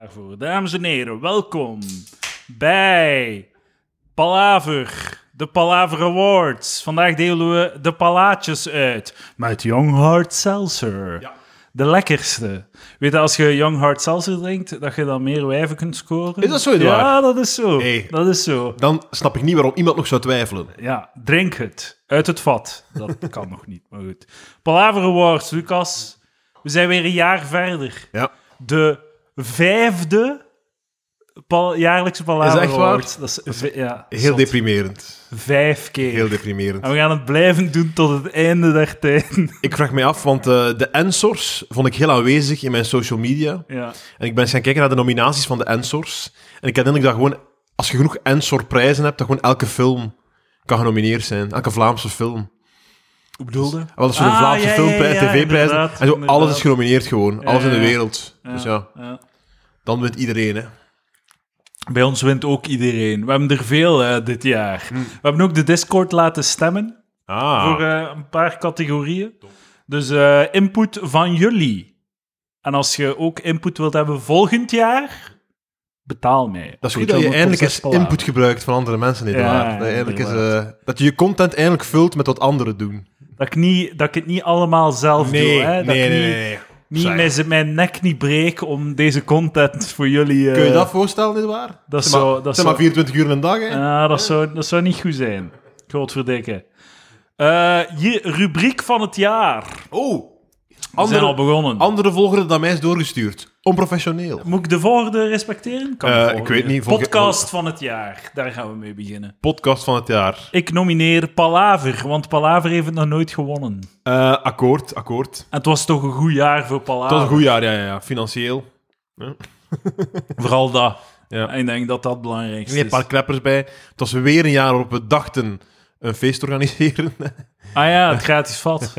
daarvoor. Dames en heren, welkom bij Palaver, de Palaver Awards. Vandaag delen we de palaatjes uit met Young Hard Seltzer. Ja. De lekkerste. Weet je, als je Young Hard Seltzer drinkt, dat je dan meer wijven kunt scoren? Is dat zo, Edouard? Ja, dat is zo. Hey. Dat is zo. Dan snap ik niet waarom iemand nog zou twijfelen. Ja, drink het. Uit het vat. Dat kan nog niet, maar goed. Palaver Awards, Lucas. We zijn weer een jaar verder. Ja. De vijfde pal- jaarlijkse Palaver Is dat echt waar? Award. Dat is, v- ja, Heel zot. deprimerend. Vijf keer. Heel deprimerend. en we gaan het blijven doen tot het einde der tijd. Ik vraag mij af, want eh, de Ensors vond ik heel aanwezig in mijn social media. ja. En ik ben eens gaan kijken naar de nominaties van de Ensors. En ik herinner me dat gewoon, als je genoeg Ensor-prijzen hebt, dat gewoon elke film kan genomineerd zijn. Elke Vlaamse film. Hoe bedoelde? Wel, dat is zo'n Ah, Vlaamse ja, film, ja, ja, tv-prijzen. En inderdaad, zo, alles inderdaad. is genomineerd gewoon. alles in ja, de ja. wereld. Dus ja, dan wint iedereen, hè. Bij ons wint ook iedereen. We hebben er veel eh, dit jaar. We hebben ook de Discord laten stemmen. Hm. Ah. voor eh, een paar categorieën. Dus eh, input van jullie. En als je ook input wilt hebben volgend jaar, betaal mij. Dat is goed dat je eindelijk eens input gebruikt van andere mensen, niet Ja, waar? Dat, je eindelijk eens, inderdaad. eh, dat je je content eindelijk vult met wat anderen doen. Dat ik, niet, dat ik het niet allemaal zelf doe. Hè? Dat ik niet, niet Zeg. mijn, mijn nek niet breek om deze content voor jullie... eh, Kun je dat voorstellen, niet waar? dat Zeg maar- zou- dat zeg maar zou- 24 uur een dag, hè? Ah, dat, zou, dat zou niet goed zijn. Godverdikke. Eh hier, rubriek van het jaar. We Oh! zijn al Andere, begonnen. andere volgende dan mij is doorgestuurd. Onprofessioneel. Moet ik de volgende respecteren? Kan de Eh, volgende. ik weet niet, volge- Podcast van het jaar. Daar gaan we mee beginnen. Podcast van het jaar. Ik nomineer Palaver, want Palaver heeft het nog nooit gewonnen. Eh, akkoord, akkoord. En het was toch een goed jaar voor Dat Palaver. was een goed jaar, ja, ja, ja. Financieel. Vooral dat. Ja. Ik denk dat dat het belangrijkste Er zijn een is. paar kleppers bij. Het was weer een jaar waarop we dachten een feest te organiseren. Ah ja, het gratis vat.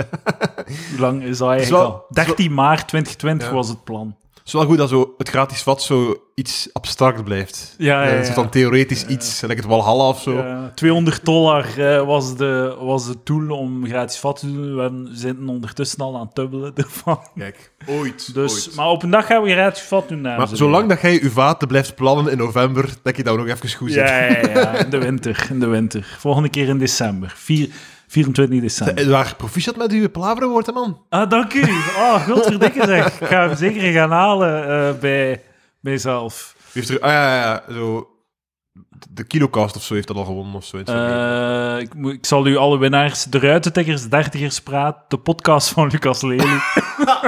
Hoe lang is dat eigenlijk wel- al? 13 maart 2020 Ja. was het plan. Het is wel goed dat zo het gratis vat zo iets abstract blijft. Ja, ja, Eh, Het is ja. dan theoretisch iets, lekker het Walhalla of zo. Eh, 200 dollar eh, was, de, was de tool om gratis vat te doen. We hebben- zitten ondertussen al aan het dubbelen ervan. Kijk, ooit. Dus, maar op een dag gaan we gratis vat doen. dames Maar en zolang heren. dat jij je vaten blijft plannen in november, denk je dat we nog even goed zit. Ja, ja, ja, in de winter, in de winter. Volgende keer in december. Vier- 24 december. Waar proficiat met uw palaverwoord, hè, man. Ah, dank u. Oh, godverdikke zeg. Ik ga hem zeker gaan halen eh, bij mijzelf. U heeft er, ah ja, ja, ja, zo. De kilocast of zo heeft dat al gewonnen of zo. iets van die. Eh, ik, moet- ik zal u alle winnaars, de ruitentikkers, de dertigers praat, de podcast van Lucas Lely. ah,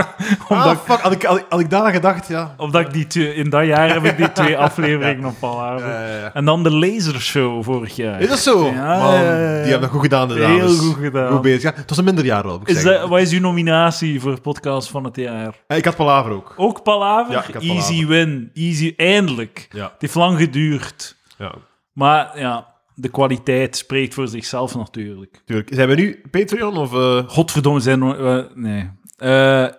omdat, fuck, had ik, had, ik, had ik daaraan gedacht, ja. omdat ik die twee- in dat jaar heb ik die twee afleveringen op al Ja, ja, ja. En dan de lasershow vorig jaar. Is dat zo? Ja, Man, ja, ja, ja. die hebben dat goed gedaan, de Heel dames. goed gedaan. Goed bezig. Ja, het was een minder jaar wel, moet ik Is zeggen. dat, wat is uw nominatie voor podcast van het jaar? Eh, Ik had palaver ook. Ook Palaver? Ja, ik had Easy Palaver. win. Easy, eindelijk. Ja. Het heeft lang geduurd. ja. Maar ja, de kwaliteit spreekt voor zichzelf natuurlijk. Tuurlijk. Zijn we nu Patreon of... eh, Godverdomme, zijn we... we- nee. Eh,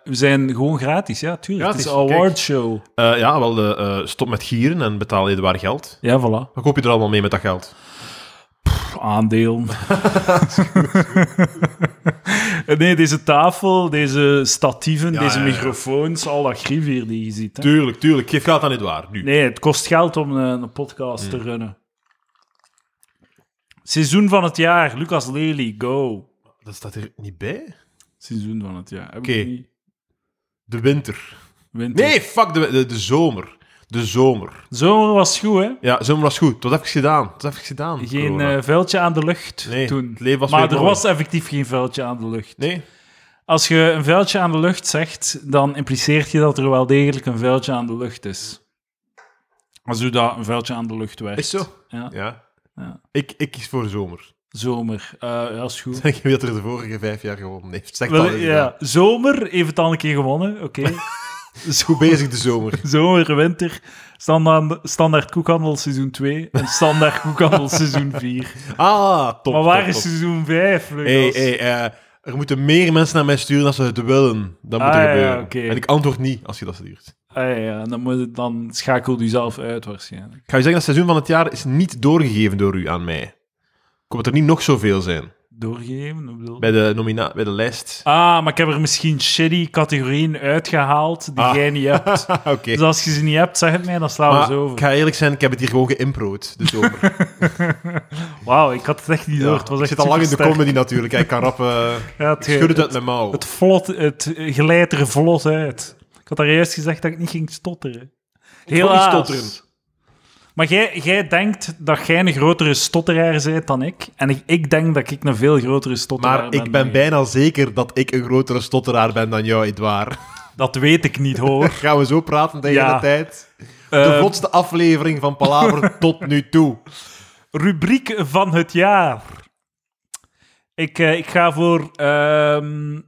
we zijn gewoon gratis, ja, tuurlijk. Gratis, het is een kijk. awardshow. eh, ja, wel, eh, eh, stop met gieren en betaal je waar geld. Ja, voilà. Wat koop je er allemaal mee met dat geld? Pff, Aandeel. nee, deze tafel, deze statieven, Ja, deze ja, ja. microfoons, al dat grief hier die je ziet. Hè? Tuurlijk, tuurlijk. Geef geld aan het waar, nu. Nee, het kost geld om eh, een podcast Mm. te runnen. Seizoen van het jaar, Lucas Lely, go. Dat staat er niet bij. Seizoen van het jaar. Heb Oké. ik niet. De winter. Winter. Nee, fuck, de, de, de zomer. De zomer. Zomer was goed, hè? Ja, zomer was goed. Tot even gedaan. Tot even gedaan. Geen corona. eh, vuiltje aan de lucht nee, toen. het leven was Maar weer er mooi. was effectief geen vuiltje aan de lucht. Nee? Als je een vuiltje aan de lucht zegt, dan impliceert je dat er wel degelijk een vuiltje aan de lucht is. Als u dat een vuiltje aan de lucht werkt. Is zo? Ja. Ja. Ja. Ik, ik kies voor zomer. Zomer. Eh, ja, is goed. Ik weet dat er de vorige vijf jaar gewonnen heeft. Zeg Wel, dat ja. Zomer heeft het al een keer gewonnen. Oké. is goed bezig, de zomer. Zomer, winter. Standaard, standaard koekhandel seizoen 2 en standaard koekhandel seizoen 4. Ah, top. Maar waar top, is top. seizoen 5, Lucas? Hey, hey, eh, er moeten meer mensen naar mij sturen als ze het willen. Dat moet Ah, er ja, gebeuren. oké. En ik antwoord niet als je dat stuurt. Ah, ja, ja, dan, moet het, dan schakel je zelf uit waarschijnlijk. Ik ga je zeggen, dat het seizoen van het jaar is niet doorgegeven door u aan mij. Ik hoop dat er niet nog zoveel zijn. doorgegeven? Ik bedoel- Bij de, nomina bij de lijst. Ah, maar ik heb er misschien shitty categorieën uitgehaald die Ah. jij niet hebt. Oké. Dus als je ze niet hebt, zeg het mij, dan slaan we Maar ze over. ik ga eerlijk zijn, ik heb het hier gewoon geïmpro'd. Dus over. Ja, Wauw, ik had het echt niet door. het was ik echt zit al lang in de supersterk. comedy natuurlijk. hè. Ik kan rap... eh, Ja, ik het, schud het het, uit mijn mouw. het vlot, het eh, glijdt er vlot uit. Ik had daar juist gezegd dat ik niet ging stotteren. niet Helaas. stotteren. Maar jij, jij denkt dat jij een grotere stotteraar bent dan ik. En ik, ik denk dat ik een veel grotere stotteraar Maar ben. ik dan ben jij. bijna zeker dat ik een grotere stotteraar ben dan jou, Edouard. Dat weet ik niet hoor. Gaan we zo praten tegen Ja. de tijd? De Eh, vlotste aflevering van Palaver tot nu toe. rubriek van het jaar. Ik, eh, ik ga voor ehm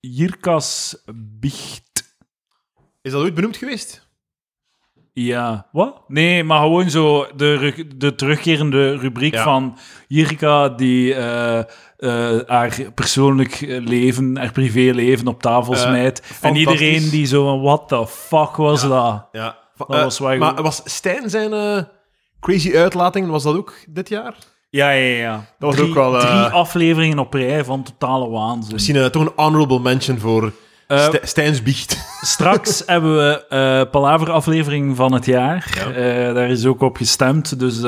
Jirkas Biecht. Is dat ooit benoemd geweest? Ja, wat? Nee, maar gewoon zo de, ru- de terugkerende rubriek Ja. van Jirka die eh, eh, haar persoonlijk eh, leven, haar privéleven op tafel Eh, smijt. En iedereen fantastisch. die zo van, what the fuck was dat? Ja. Dat was wel eh, maar goed. was Stijn zijn eh, crazy uitlating, was dat ook dit jaar? Ja, ja, ja. Dat was drie, ook wel, eh, Drie afleveringen op rij van totale waanzin. Misschien eh, toch een honorable mention voor Eh, Ste- Stijn's biecht. Straks hebben we eh Palaver-aflevering van het jaar. Ja. Eh, daar is ook op gestemd, dus eh,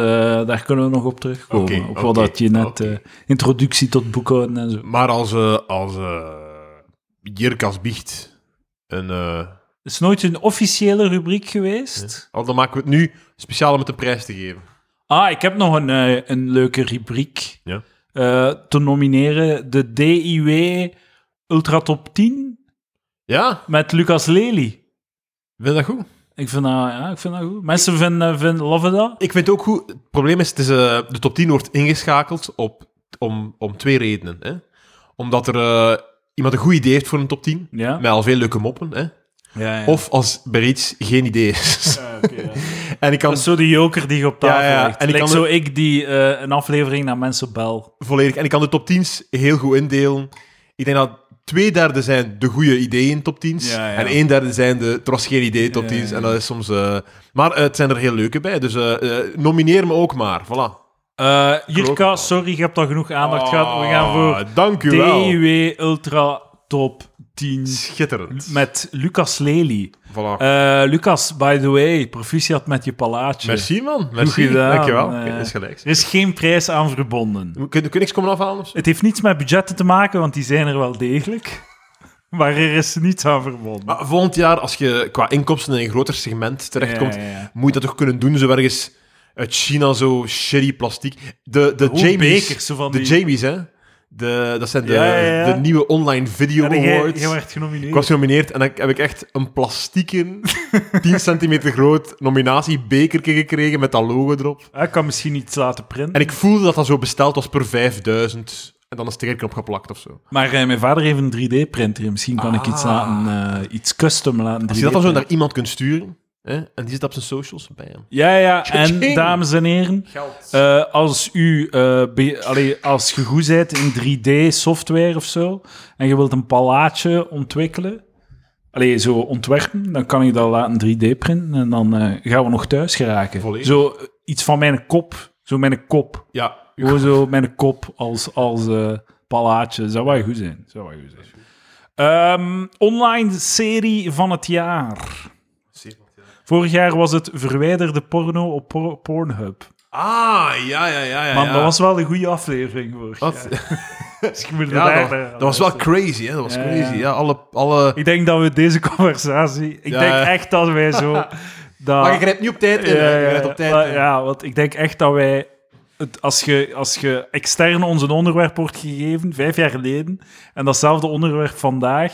daar kunnen we nog op terugkomen. Oké, op wat oké, dat je net... oké. eh, introductie tot boekhouden en zo. Maar als, eh als eh, Jirkas biecht een... eh, Het is nooit een officiële rubriek geweest. al dan maken we het nu speciaal om het een prijs te geven. Ah, ik heb nog een, eh, een leuke rubriek Ja. eh, te nomineren. De DIW Ultra Top 10 Ja, met Lucas Lely. vind je dat goed? Ik vind dat, ja, ik vind dat goed. Mensen vinden, vinden loven dat. Ik vind het ook goed. Het probleem is, het is eh, de top 10 wordt ingeschakeld op, om, om twee redenen. Hè? Omdat er eh, iemand een goed idee heeft voor een top 10, Ja. met al veel leuke moppen. Hè? ja, ja. Of als bij iets geen idee is. Ja, oké, ja. en ik kan Dat is zo de joker die je op tafel Ja, ja, legt. en En ik ik kan zo ik die eh, een aflevering naar mensen bel. volledig. En ik kan de top 10's heel goed indelen. Ik denk dat twee derde zijn de goede ideeën top 10's. Ja, ja. En een derde zijn de er was geen idee top Ja, 10's. ja, En dat is soms. eh, maar eh, het zijn er heel leuke bij. Dus eh, eh, nomineer me ook maar. Voilà. Eh Jirka, sorry, je hebt al genoeg aandacht gehad. We gaan voor Ah, Dank u wel. TW Ultra Top 10 Schitterend. met Lucas Lely. Voilà. Eh, Lucas, by the way, proficiat met je palaatje. Merci, man. Merci. gedaan. Dankjewel. Eh, Oké, is gelijk. Er is geen prijs aan verbonden. Kun, kun je niks komen afhalen of zo? Het heeft niets met budgetten te maken, want die zijn er wel degelijk. Maar er is niets aan verbonden. Maar volgend jaar, als je qua inkomsten in een groter segment terechtkomt, Ja, ja, ja. moet je dat toch kunnen doen, zo ergens uit China, zo shitty plastiek. De, de Hoe Jamies, bekers, zo van de die- Jamies, hè. De, dat zijn de, Ja, ja, ja. de nieuwe online video En jij, awards. jij werd Ah, Ik genomineerd. was genomineerd en dan heb ik echt een plastieke, 10 centimeter groot nominatiebekerke gekregen met dat logo erop. Ah, Ik kan misschien iets laten printen. En ik voelde dat dat zo besteld was per 5000 en dan een stickertje opgeplakt of zo. Maar eh, mijn vader heeft een 3D-printer. Misschien kan ik iets, Ah. laten, eh, iets custom laten. Als je 3D dat dan zo printen. naar iemand kunt sturen, hè, en die zit op zijn socials, bij hem. Ja, ja. En Tja-tjing. dames en heren, Geld. eh, als u eh, be- allee, als je goed bent in 3D-software of zo, en je wilt een palaatje ontwikkelen, allee, zo ontwerpen, dan kan ik dat laten 3D-printen en dan eh, gaan we nog thuis geraken. Volledig. Zo eh, iets van mijn kop. Zo mijn kop. ja, u- Gewoon zo mijn kop als, als eh, palaatje. Zou wel goed zijn. Zou wel goed zijn. Ehm, online serie van het jaar. Vorig jaar was het verwijderde porno op Por- Pornhub. Ah, ja, ja, ja. ja Man, ja. dat was wel een goede aflevering vorig Wat? jaar. Dus je moet er Ja, daar dat, naar dat gaan was wel luisteren. crazy, hè. Dat was Ja, crazy. ja. Ja, alle... alle... Ik denk dat we deze conversatie... Ik Ja, denk ja. echt dat wij zo... dat- Maar je grijpt niet op tijd in. hè. ja, Je ja, grijpt op tijd maar in. ja, want ik denk echt dat wij... Het, als, je, als je extern ons een onderwerp wordt gegeven, vijf jaar geleden, en datzelfde onderwerp vandaag,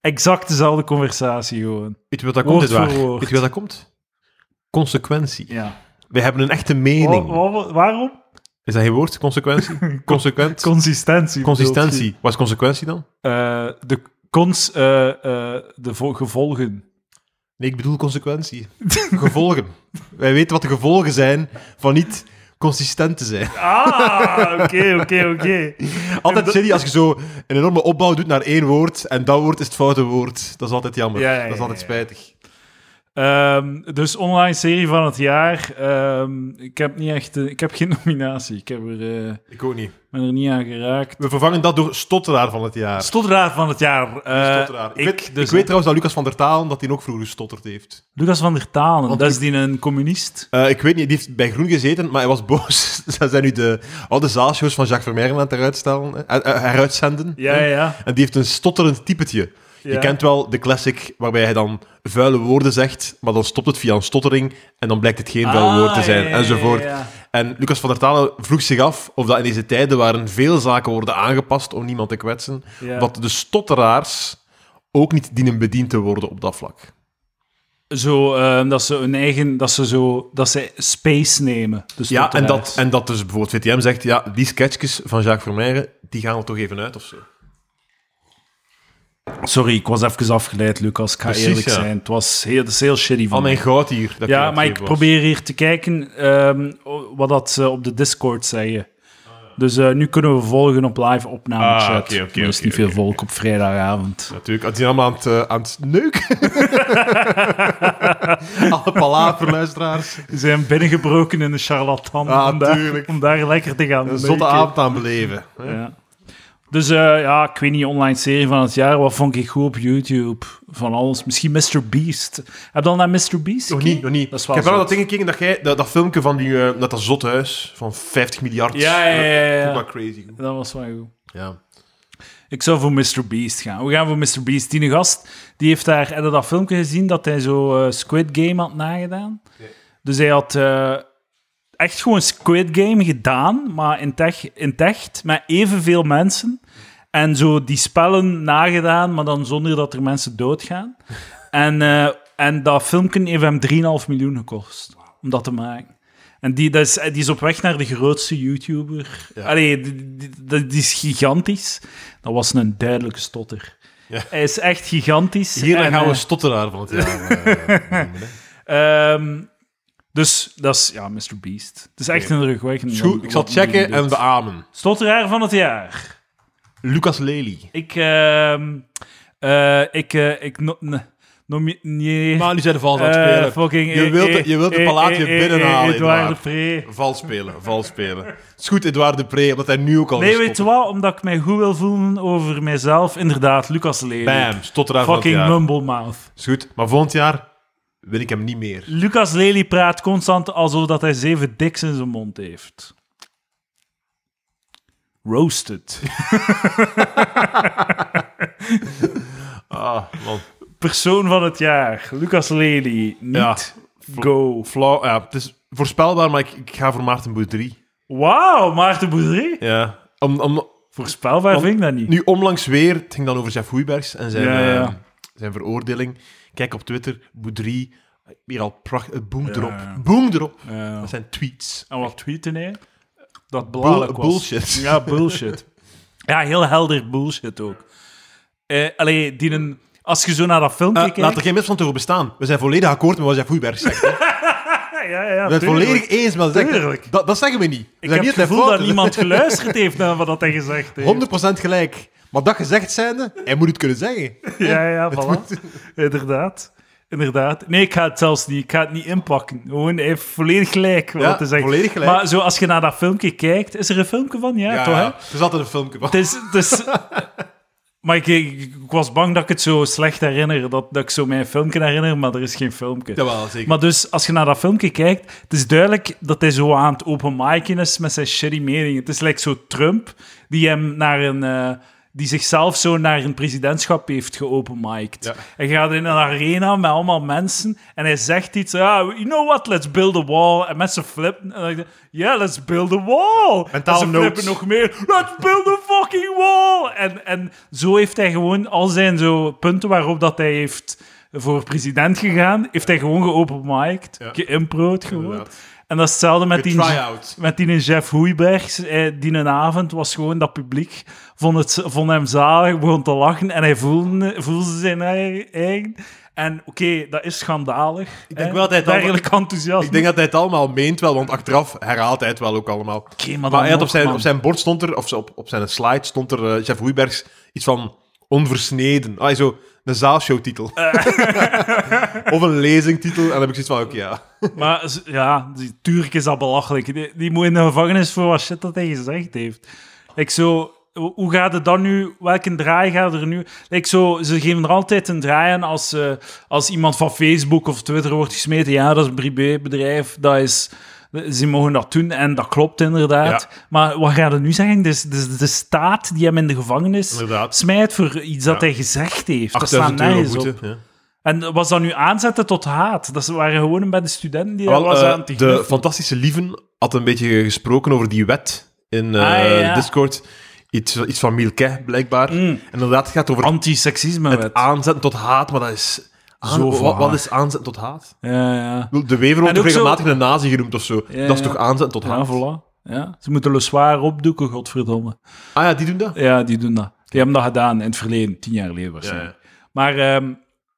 exact dezelfde conversatie gewoon. Weet je wat dat Woord komt, Edouard? voor woord. Weet je wat dat komt? Consequentie. Ja. Wij hebben een echte mening. waarom? Is dat geen woord? Consequentie? Consequent? Consistentie. bedoel je? Consistentie. Wat is consequentie dan? Eh, de, cons, eh, eh, de vo- gevolgen. Nee, ik bedoel consequentie. Gevolgen. Wij weten wat de gevolgen zijn van niet consistent te zijn. Ah, oké, oké, oké. Altijd shitty als je zo een enorme opbouw doet naar één woord en dat woord is het foute woord. Dat is altijd jammer. Ja, ja, ja, dat is altijd ja. spijtig. Ehm, dus online serie van het jaar. Ehm, ik heb niet echt... eh, ik heb geen nominatie. Ik heb er, eh, Ik ook niet. ben er niet aan geraakt. We vervangen dat door stotteraar van het jaar. Stotteraar van het jaar. Eh, Stotteraar. ik, weet, dus, ik weet trouwens dat Lucas van der Talen dat hij ook vroeger gestotterd heeft. Lucas van der Talen, Want dat is die een communist. Eh, ik weet niet, die heeft bij Groen gezeten, maar hij was boos. Ze zijn nu de oude zaalshows van Jacques Vermeijren aan het heruitstellen, eh, eh, heruitzenden. Ja, ja, ja. En die heeft een stotterend typetje. Je Ja. kent wel de classic waarbij hij dan vuile woorden zegt, maar dan stopt het via een stottering en dan blijkt het geen vuil Ah, woord te zijn, ja, ja, enzovoort. ja, ja. En Lucas van der Talen vroeg zich af of dat in deze tijden waarin veel zaken worden aangepast om niemand te kwetsen, Ja. dat de stotteraars ook niet dienen bediend te worden op dat vlak. Zo, ehm, dat ze hun eigen... Dat ze zo... Dat ze space nemen. Dus Ja, en dat, en dat dus bijvoorbeeld VTM zegt, ja, die sketchjes van Jacques Vermeijren, die gaan er toch even uit of zo. Sorry, ik was even afgeleid, Lucas. Ik ga Precies, eerlijk ja. zijn. Het was heel, dat is heel shitty van Al mijn mij. goud hier. dat Ja, aan maar het ik geven was. probeer hier te kijken ehm, o- wat dat ze op de Discord zeggen. Dus eh, nu kunnen we volgen op live opname Ah, chat. oké, oké, er is oké, niet oké. veel volk op vrijdagavond. Natuurlijk, als die allemaal aan het, eh, aan het neuken. Alle palaverluisteraars. Ze zijn binnengebroken in de charlatan Ah, om, daar, tuurlijk. om daar lekker te gaan Een zotte neuken. avond aan beleven. hè. Ja. Dus eh, ja, ik weet niet, online serie van het jaar. Wat vond ik goed op YouTube? Van alles. Misschien Mr. Beast. Heb je al naar Mr. Beast Nog gekeken? niet, nog niet. Dat is ik wel heb wel zot. dat ding gekeken dat jij, dat, dat filmpje van die, eh, dat, dat zot huis van 50 miljard. Ja, ja, ja, ja, ja. Dat crazy. Dat was wel goed. Ja. Ik zou voor Mr. Beast gaan. We gaan voor Mr. Beast. Die gast, die heeft daar... Heb je dat filmpje gezien dat hij zo eh, Squid Game had nagedaan? Dus hij had eh, echt gewoon Squid Game gedaan, maar in tech, in techt, met evenveel mensen. En zo die spellen nagedaan, maar dan zonder dat er mensen doodgaan. en, eh, en dat filmpje heeft hem 3,5 miljoen gekost om dat te maken. En die, dat is, die is op weg naar de grootste YouTuber. Ja. Allee, die, die- die- die is gigantisch. Dat was een duidelijke stotter. Ja. Hij is echt gigantisch. Hier En, gaan we eh, stotteraar van het jaar. eh, noemen, hè. Ehm, dus dat is ja, Mr. Beast. Het is echt een rugwekkend. Is goed, ik zal checken en beamen. Stotteraar van het jaar. Lucas Lely. Ik, ehm, eh, ik, eh, ik, no, ne- nomineer. Maar nu zijn de vals aan het spelen. eh, fucking, Je eh, wilt de- eh, je wilt de eh, palaatje eh, eh, binnenhalen, eh, Edouard Edouard. de Pre. Vals spelen, vals spelen. Het is goed, Edouard de Pre, omdat hij nu ook al Nee, is weet je stotter. wat? Omdat ik mij goed wil voelen over mijzelf. Inderdaad, Lucas Lely. Bam, stotteraar van het Fucking jaar. mumblemouth. Is goed, maar volgend jaar wil ik hem niet meer. Lucas Lely praat constant alsof dat hij zeven diks in zijn mond heeft. Roasted. Ah, man. Persoon van het jaar, Lucas Lely. Niet Ja. go. Flauw, ja, het is voorspelbaar, maar ik, ik ga voor Maarten Boudry. Wauw, Maarten Boudry. Ja. Om, om, Voorspelbaar vind ik dat niet. nu onlangs weer, het ging dan over Jeff Hoeibergs en zijn, Ja, ja, ja. eh, zijn veroordeling. Kijk op Twitter, Boudry, weer al prachtig, het boom ja. erop. Boom erop. Ja. Dat zijn tweets. en wat tweeten hij? Dat belachelijk was. bullshit. Ja, bullshit. ja, heel helder bullshit ook. Eh allee, die een, als je zo naar dat filmpje Eh, kijkt... laat er geen misverstand over bestaan. We zijn volledig akkoord met wat Jeff Hoeibergs zegt. hè. Ja, ja, ja, We zijn het tuurlijk. volledig eens met wat hij Tuurlijk. zegt. Dat, dat zeggen we niet. We Ik zijn heb niet het met gevoel dat fouten. niemand geluisterd heeft naar wat dat hij gezegd heeft. 100% gelijk. Maar dat gezegd zijnde, hij moet het kunnen zeggen. Ja, ja, voilà. Inderdaad. Inderdaad. Nee, ik ga het zelfs niet. Ik ga het niet inpakken. Gewoon, hij heeft volledig gelijk. Wat Ja, te zeggen. volledig gelijk. Maar zo, als je naar dat filmpje kijkt... Is er een filmpje van? Ja, toch, hè? Er zat een filmpje van. Het is... Het is maar ik, ik, ik was bang dat ik het zo slecht herinner. Dat, dat ik zo mijn filmpje herinner, maar er is geen filmpje. Jawel, zeker. Maar dus, als je naar dat filmpje kijkt, het is duidelijk dat hij zo aan het open micen is met zijn shitty meningen. Het is lijkt zo Trump, die hem naar een... eh, die zichzelf zo naar een presidentschap heeft geopenmiked. Ja. Hij gaat in een arena met allemaal mensen en hij zegt iets. Ah, you know what, let's build a wall. En mensen flippen. En dan denk ik, yeah, let's build a wall. Mentaal en ze nood. flippen nog meer. Let's build a fucking wall. En, en zo heeft hij gewoon al zijn zo punten waarop dat hij heeft voor president gegaan, heeft hij gewoon geopenmiked, Ja. geïmpro'd gewoon. Inderdaad. En dat is hetzelfde met die, Try-out. met die Jeff Hoeibergs. Eh, die een avond was gewoon dat publiek vond, het, vond hem zalig, begon te lachen en hij voelde, voelde zijn eigen- eigen. En oké, dat is schandalig. Ik denk wel dat hij het Dergelijk enthousiast. Ik denk dat hij het allemaal meent wel, want achteraf herhaalt hij het wel ook allemaal. Oké, maar maar dan hij had op nog, zijn, man. op zijn bord stond er, of op, op zijn slide stond er eh Jeff Hoeibergs iets van Onversneden. Ah, zo, een zaalshowtitel. of een lezingtitel. En dan heb ik zoiets van, oké, ja. Maar z- ja, die Turk is al belachelijk. Die, die moet in de gevangenis voor wat shit dat hij gezegd heeft. Ik zo, ho- hoe gaat het dan nu? Welke draai gaat er nu? Ik zo, ze geven er altijd een draai aan als, eh, als iemand van Facebook of Twitter wordt gesmeten. Ja, dat is een privébedrijf. Dat is, ze mogen dat doen en dat klopt inderdaad. Maar wat gaat er nu zeggen? Dus, dus de staat die hem in de gevangenis Inderdaad. smijt voor iets dat Ja. hij gezegd heeft. Dat staat 8000 euro nergens op. boete. Ja. En was dat nu aanzetten tot haat? Dat ze waren gewoon bij de studenten die Wel, dat was eh, aan het de knuffelen. Fantastische Lieven had een beetje gesproken over die wet in eh, Ah, ja. Mm. Discord. Iets, iets van Milke, blijkbaar. En inderdaad, het gaat over Antisexisme-wet. aanzetten tot haat, maar dat is... aan- Zo wa- vaag. wat, is aanzetten tot haat? Ja, ja. Ik bedoel, De Wever wordt En toch ook zo- regelmatig een nazi genoemd of zo. Ja, dat is ja. toch aanzetten tot Ja, haat? voilà. Ja. Ze moeten le zwaar opdoeken, godverdomme. Ah ja, die doen dat? Ja, die doen dat. Die hebben dat gedaan in het verleden, tien jaar geleden waarschijnlijk. Maar ehm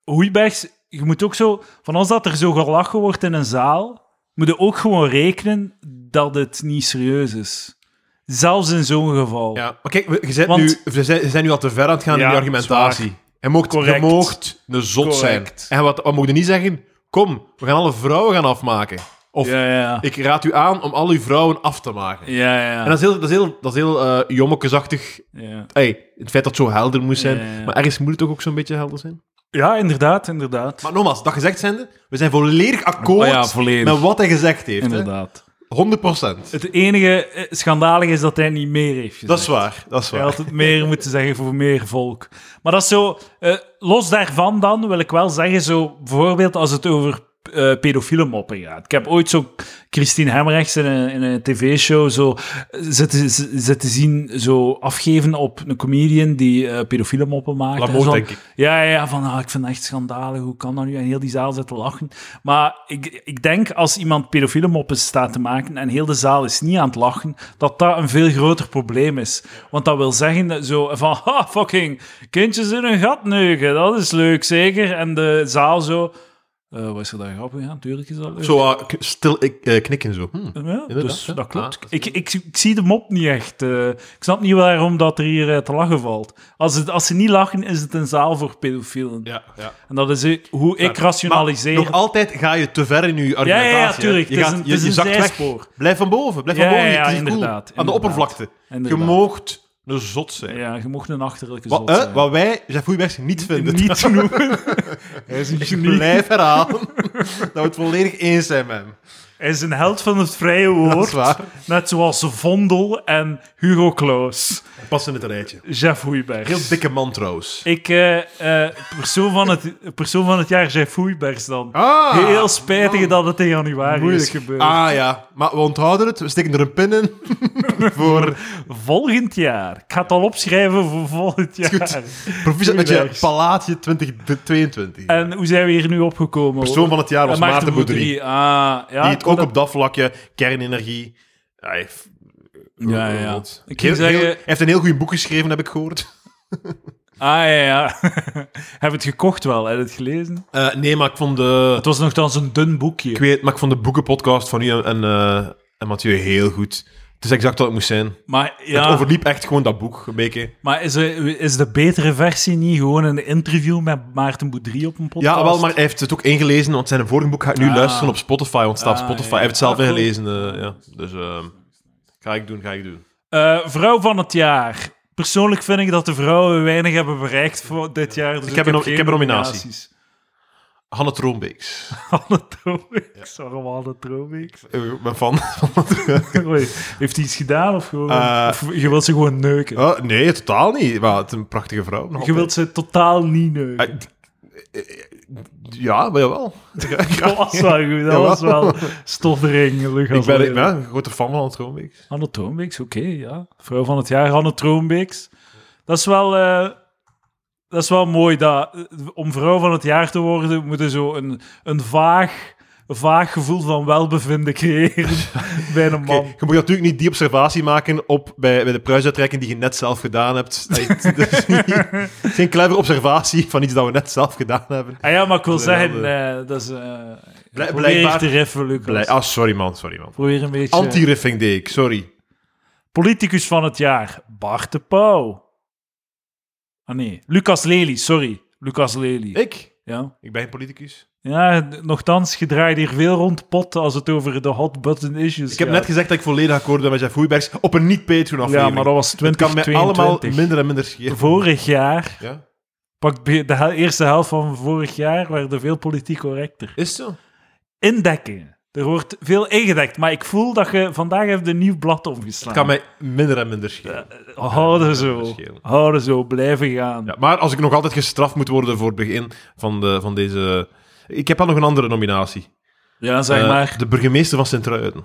Hoeibergs, je moet ook zo... Van als dat er zo gelachen wordt in een zaal, moet je ook gewoon rekenen dat het niet serieus is. Zelfs in zo'n geval. Ja, maar kijk, we- je bent Want- nu, we zijn, we zijn nu al te ver aan het gaan Ja, in die argumentatie. Je mocht, je Correct. moogt een zot zijn. Correct. En wat, wat mocht je niet zeggen? Kom, we gaan alle vrouwen gaan afmaken. Of ja, ja. ik raad u aan om al uw vrouwen af te maken. Ja, ja. En dat is heel, dat is heel, dat is heel eh, jommekezachtig. ja. Ey, het feit dat het zo helder moest zijn. Ja, ja. Maar ergens moet het toch ook zo'n beetje helder zijn? ja, inderdaad, inderdaad. Maar nogmaals, dat gezegd zijnde, we zijn volledig akkoord Ah ja, volledig. met wat hij gezegd heeft. hè. 100%. inderdaad. Het enige eh, schandalige is dat hij niet meer heeft gezegd. Dat is waar, dat is Hij waar. had het meer moeten zeggen voor meer volk. Maar dat is zo... eh, los daarvan dan wil ik wel zeggen, zo, bijvoorbeeld als het over eh, pedofiele moppen gaat. Ik heb ooit zo Christine Hemrechts in een, in een tv-show zo eh, zitten, z- zitten zien zo afgeven op een comedian die eh pedofiele moppen maakt. Lamoot, En zo van- denk ik. Ja, ja, ja, van ah, ik vind het echt schandalig, hoe kan dat nu? En heel die zaal zit te lachen. Maar ik, ik denk als iemand pedofiele moppen staat te maken en heel de zaal is niet aan het lachen, dat dat een veel groter probleem is. Want dat wil zeggen dat zo van, ha, fucking, kindjes in een gat neuken, dat is leuk zeker. En de zaal zo, eh wat is er daar grappig aan? Tuurlijk is dat leuk. Zo eh, k- stil ik, eh, knikken zo. Hm. Ja, dus hè? dat klopt. Ah, dat ik, ik, ik zie de mop niet echt. eh. ik snap niet waarom dat er hier eh, te lachen valt. Als, het, als ze niet lachen, is het een zaal voor pedofielen. Ja, ja. En dat is eh, hoe ik rationaliseer. Maar nog altijd ga je te ver in je argumentatie. ja, ja, hè. tuurlijk. Je, Het is gaat, een- je, het is je een zakt zijspoor. weg. Blijf van boven, blijf Ja, van boven. ja, het is cool. inderdaad, Aan de inderdaad. oppervlakte. Inderdaad. Je moogt een zot zijn. ja, je mocht een achterlijke Wat, zot eh, zijn. wat wij, Jeff Goeibergs, niet vinden. Niet genoeg. Hij is een genie. Blijf herhalen dat we het volledig eens zijn met hem. Hij is een held van het vrije Dat is woord. waar. Net zoals Vondel en Hugo Claus. Pas in het rijtje. Jeff Hoeiberg. Heel dikke man trouwens. Ik, eh, eh, persoon, van het, persoon van het jaar, Jeff Hoeibergs dan. Ah, Heel spijtig dat het in januari is gebeurd. Ah ja, maar we onthouden het. We steken er een pin in. voor Volgend jaar. Ik ga het al opschrijven voor volgend jaar. goed. proficiat met je Goeibergs. palaatje 2022. En hoe zijn we hier nu opgekomen? Persoon van het jaar was Eh, Maarten Boudry. Boudry. Ah, ja. die het ook op dat vlakje, kernenergie. Ja, hij heeft, Ja, ja, ja. Ik ging Ik heel, zeggen... heel- hij heeft een heel goed boek geschreven, heb ik gehoord. Ah, ja, ja. Heb het gekocht wel? Heb je het gelezen? Eh, nee, maar ik vond de, Het was nogthans een dun boekje. ik weet, maar ik vond de boekenpodcast van u en, en, eh, en Mathieu heel goed. Het is exact wat het moest zijn. Maar, Het ja, overliep echt gewoon dat boek, een beetje. maar is, er- is de betere versie niet gewoon een interview met Maarten Boudry op een podcast? Ja, wel, maar hij heeft het ook ingelezen, want zijn vorige boek ga ik nu Ah. luisteren op Spotify, want het staat op Ah, Spotify. ja. Hij heeft het Ah, zelf cool. ingelezen, eh, ja. Dus eh, ga ik doen, ga ik doen. Eh, vrouw van het jaar. Persoonlijk vind ik dat de vrouwen weinig hebben bereikt voor dit jaar. Dus ik, heb een nom- ik geen heb een nominatie. nominaties. Hanne Troombeeks. Anne Trobix. Waarom Anne Trobix? Ik ben fan. Oei, Heeft hij iets gedaan of gewoon... Eh, of je wilt ze gewoon neuken. Oh, nee, totaal niet. Maar het is een prachtige vrouw. nog je altijd. wilt ze totaal niet neuken. Eh, Ja, maar jawel. dat was wel goed. Dat Jawel. was wel stoffering. Ik ben, ik ben een grote fan van Anne Troombeeks. Anne Troombeeks, oké, ja. Vrouw van het jaar, Anne Troombeeks. Dat is wel, eh, dat is wel mooi. Dat, eh, om vrouw van het jaar te worden, moet je zo een, een vaag, vaag gevoel van welbevinden creëren bij een Oké, man. je moet natuurlijk niet die observatie maken op, bij, bij de prijsuitreiking die je net zelf gedaan hebt. Nee, het is niet- het is geen clevere observatie van iets dat we net zelf gedaan hebben. Ah ja, maar ik wil Allee, zeggen, wel, eh, dat is... eh Blij- probeer blijkbaar- te riffen, Lucas. Blij- Ah, sorry man, sorry man. Probeer een beetje... Anti-riffing deed ik, sorry. Politicus van het jaar, Bart de Pauw. Ah nee, Lucas Lely, sorry. Lucas Lely. Ik? Ja, Ik ben geen politicus. ja d- nochtans, je draait hier veel rond pot als het over de hot button issues Ik heb gaat. net gezegd dat ik volledig akkoord ben met Jeff Hoeibergs op een niet-Patreon aflevering. Ja, maar dat was Het kan mij 2022. allemaal minder en minder schelen. Vorig jaar, Ja? pak be- de hel- eerste helft van vorig jaar, waren er veel politiek correcter. Is het zo? Indekken. Er wordt veel ingedekt, maar ik voel dat je vandaag hebt een nieuw blad Het omgeslaan. kan mij minder en minder schelen. Houden zo. verschil. Houden zo, blijven gaan. Ja, maar als ik nog altijd gestraft moet worden voor het begin van, de, van deze... Ik heb wel nog een andere nominatie. Ja, zeg Eh, maar. De burgemeester van Sint-Truiden.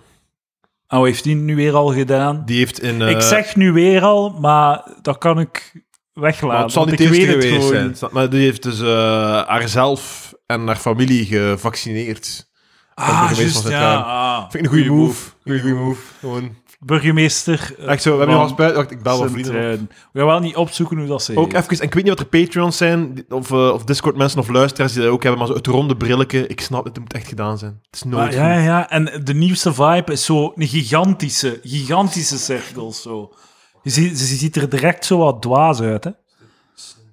Oh, heeft hij nu weer al gedaan? Die heeft in... eh, ik zeg nu weer al, maar dat kan ik weglaten. maar het zal niet want ik de eerste weet het geweest gewoon zijn. niet. snap- Maar die heeft dus eh, haarzelf en haar familie gevaccineerd. Ah, burgemeester juist, van ja. Sint-Truiden. ah. Vind ik een goede move. Goeie move. Gewoon. Burgemeester. eh, Echt zo, we hebben nog van al spuit. Wacht, ik bel wel vrienden op. Sint-Truiden. We gaan wel niet opzoeken hoe dat ze Ook heet. even, en ik weet niet wat er Patreons zijn, die- of, eh, of Discord-mensen of luisteraars die dat ook hebben, maar zo het ronde brilletje, ik snap het, het moet echt gedaan zijn. Het is nooit Maar goed. Ah, ja, ja, en de nieuwste vibe is zo een gigantische, gigantische cirkel. Zo. Je, ziet, ze ziet er direct zo wat dwaas uit, hè?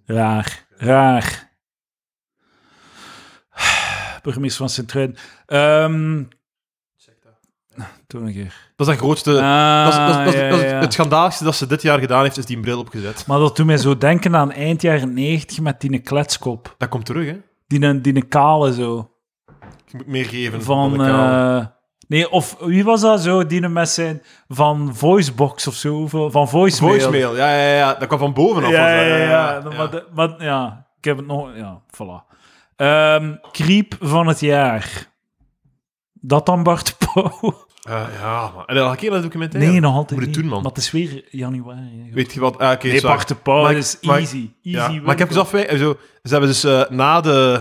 Raar, raar. Burgemeester van Sint-Truiden. Ehm, toen een keer. Ah, Dat is dat grootste... dat is, dat is- dat is- dat is het schandaaligste dat ze dit jaar gedaan heeft, is die bril opgezet. Maar dat doet mij zo denken aan eind jaren 90 met die kletskop. Dat komt terug, hè? Die, een- die een kale zo. Je moet meer geven. dan Van. de kaal. eh, nee, of wie was dat zo? Die een met zijn. Van Voicebox of zo. Van van Voicemail. Voicemail, ja, ja, ja. Dat kwam van bovenaf. Ja, was ja, ja. dat, ja. ja. Maar, de- maar ja, ik heb het nog. Ja, voilà. Ehm creep van het jaar. Dat dan Bart Pauw? Eh, ja, maar... En dan had ik hier dat documentaire. Nee, nog altijd Moet niet. het doen, man. Maar het is weer januari. hè. Weet je wat? Ah, oké, nee, sorry. Bart de Pauw Maar ik- is maar ik- easy. Ja, easy maar ik heb dus winkel. afwij... Zo, ze hebben dus eh, na, de,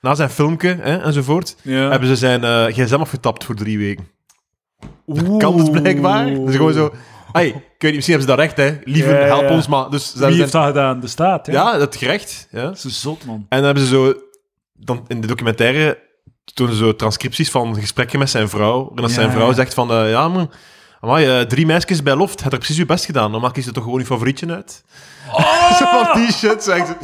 na zijn filmpje, hè, enzovoort, Ja. hebben ze zijn eh, gsm afgetapt voor drie weken. Oeh. Kan dus blijkbaar. Dus gewoon zo... Hey, ik weet niet, misschien hebben ze dat recht, hè. Liever, Ja, ja, help ja. ons, maar... Dus ze Wie hebben heeft zijn- dat gedaan? De staat, ja. Ja, dat gerecht. Ja. Dat is zot, man. En dan hebben ze zo... Dan in de documentaire doen ze zo transcripties van gesprekken met zijn vrouw. En als Ja, zijn vrouw ja. zegt van... eh, ja, man, amai, eh, drie meisjes bij Loft. Het er precies je best gedaan. Normaal kies je toch gewoon je favorietje uit. Oh! zo van die shit. Zo, echt zo.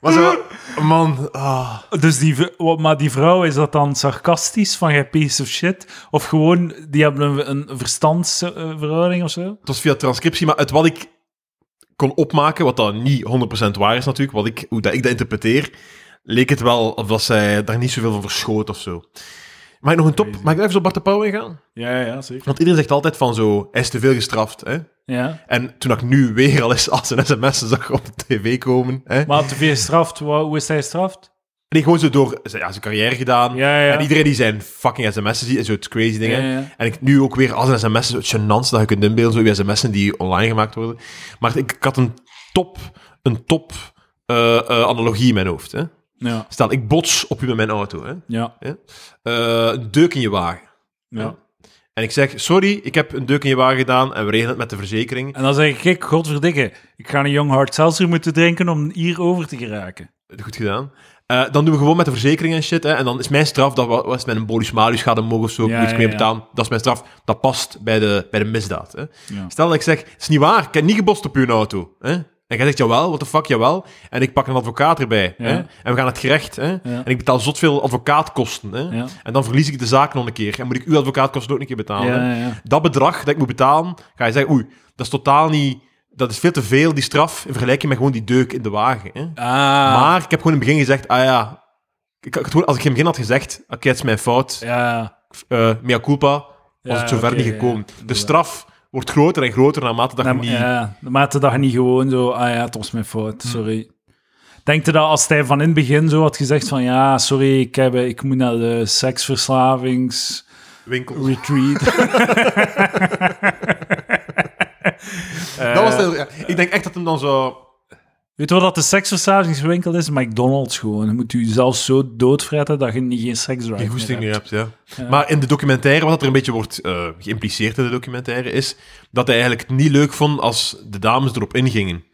Maar zo... Man, ah. Dus die, v- wat- maar die vrouw, is dat dan sarcastisch van jij piece of shit? Of gewoon, die hebben een, een verstandsverhouding of zo? het was via transcriptie, maar uit wat ik kon opmaken, wat dan niet 100% waar is natuurlijk, wat ik, hoe dat ik dat interpreteer, leek het wel of dat zij daar niet zoveel van verschoot of zo. Mag ik nog een top? Crazy. Mag ik even op Bart de Pauw ingaan? Ja, ja, zeker. Want iedereen zegt altijd van zo, hij is te veel gestraft. Hè? Ja. En toen ik nu weer al eens als een sms zag op de tv komen. Hè? Maar te veel straft, wa- hoe is hij straft? Nee, gewoon zo door zijn, ja, zijn carrière gedaan. Ja, ja. En iedereen die zijn fucking sms'en ziet, is zo het crazy ding. hè. Ja, ja. En ik nu ook weer als een sms, zo het gênantste dat je kunt inbeelden, zo die sms'en die online gemaakt worden. Maar ik, ik had een top, een top eh, eh, analogie in mijn hoofd. Hè? Ja. Stel, ik bots op u met mijn auto. Hè? Ja. Eh, een deuk in je wagen. ja. En ik zeg, sorry, ik heb een deuk in je wagen gedaan en we regelen het met de verzekering. En dan zeg ik, godverdikke, ik ga een Young Hard Seltzer moeten drinken om hier over te geraken. Goed gedaan. Eh, dan doen we gewoon met de verzekering en shit. Hè? En dan is mijn straf, dat wa- was met een bonus malus schade mogen of zo, Ja, moet ik ja, mee ja. betalen. Dat is mijn straf. Dat past bij de, bij de misdaad. Hè? Ja. Stel dat ik zeg, het is niet waar, ik heb niet gebost op uw auto. Hè? En jij zegt, jawel, what the fuck, jawel. En ik pak een advocaat erbij. Ja. Hè? En we gaan het gerecht. Hè? En ik betaal zot veel advocaatkosten. Hè? Ja. En dan verlies ik de zaak nog een keer. En moet ik uw advocaatkosten ook een keer betalen. Ja, hè? ja, ja. Dat bedrag dat ik moet betalen, ga je zeggen, oei, dat is totaal niet... Dat is veel te veel, die straf, in vergelijking met gewoon die deuk in de wagen. Hè? Ah. Maar ik heb gewoon in het begin gezegd, ah ja... Ik, had gewoon- als ik in het begin had gezegd, oké, het is mijn fout, Ja. eh mea culpa, was Ja, het zover oké, niet ja, gekomen. de inderdaad. straf wordt groter en groter naarmate dat je Ja, niet... Hmm. Ja, de mate dat je niet gewoon zo... Ah ja, het was mijn fout, sorry. Denk je dat als hij van in het begin zo had gezegd van... Ja, sorry, ik, heb, ik moet naar de seksverslavingsretreat. winkel. Eh, dat was de- ja, ik denk echt dat hem dan zo... Weet je wat dat de seksverslavingswinkel is? McDonald's gewoon. Je moet je zelf zo doodvretten dat je niet geen seks Die hebt. goesting niet hebt, ja. Maar in de documentaire, wat er een beetje wordt eh, geïmpliceerd in de documentaire, is dat hij eigenlijk het niet leuk vond als de dames erop ingingen.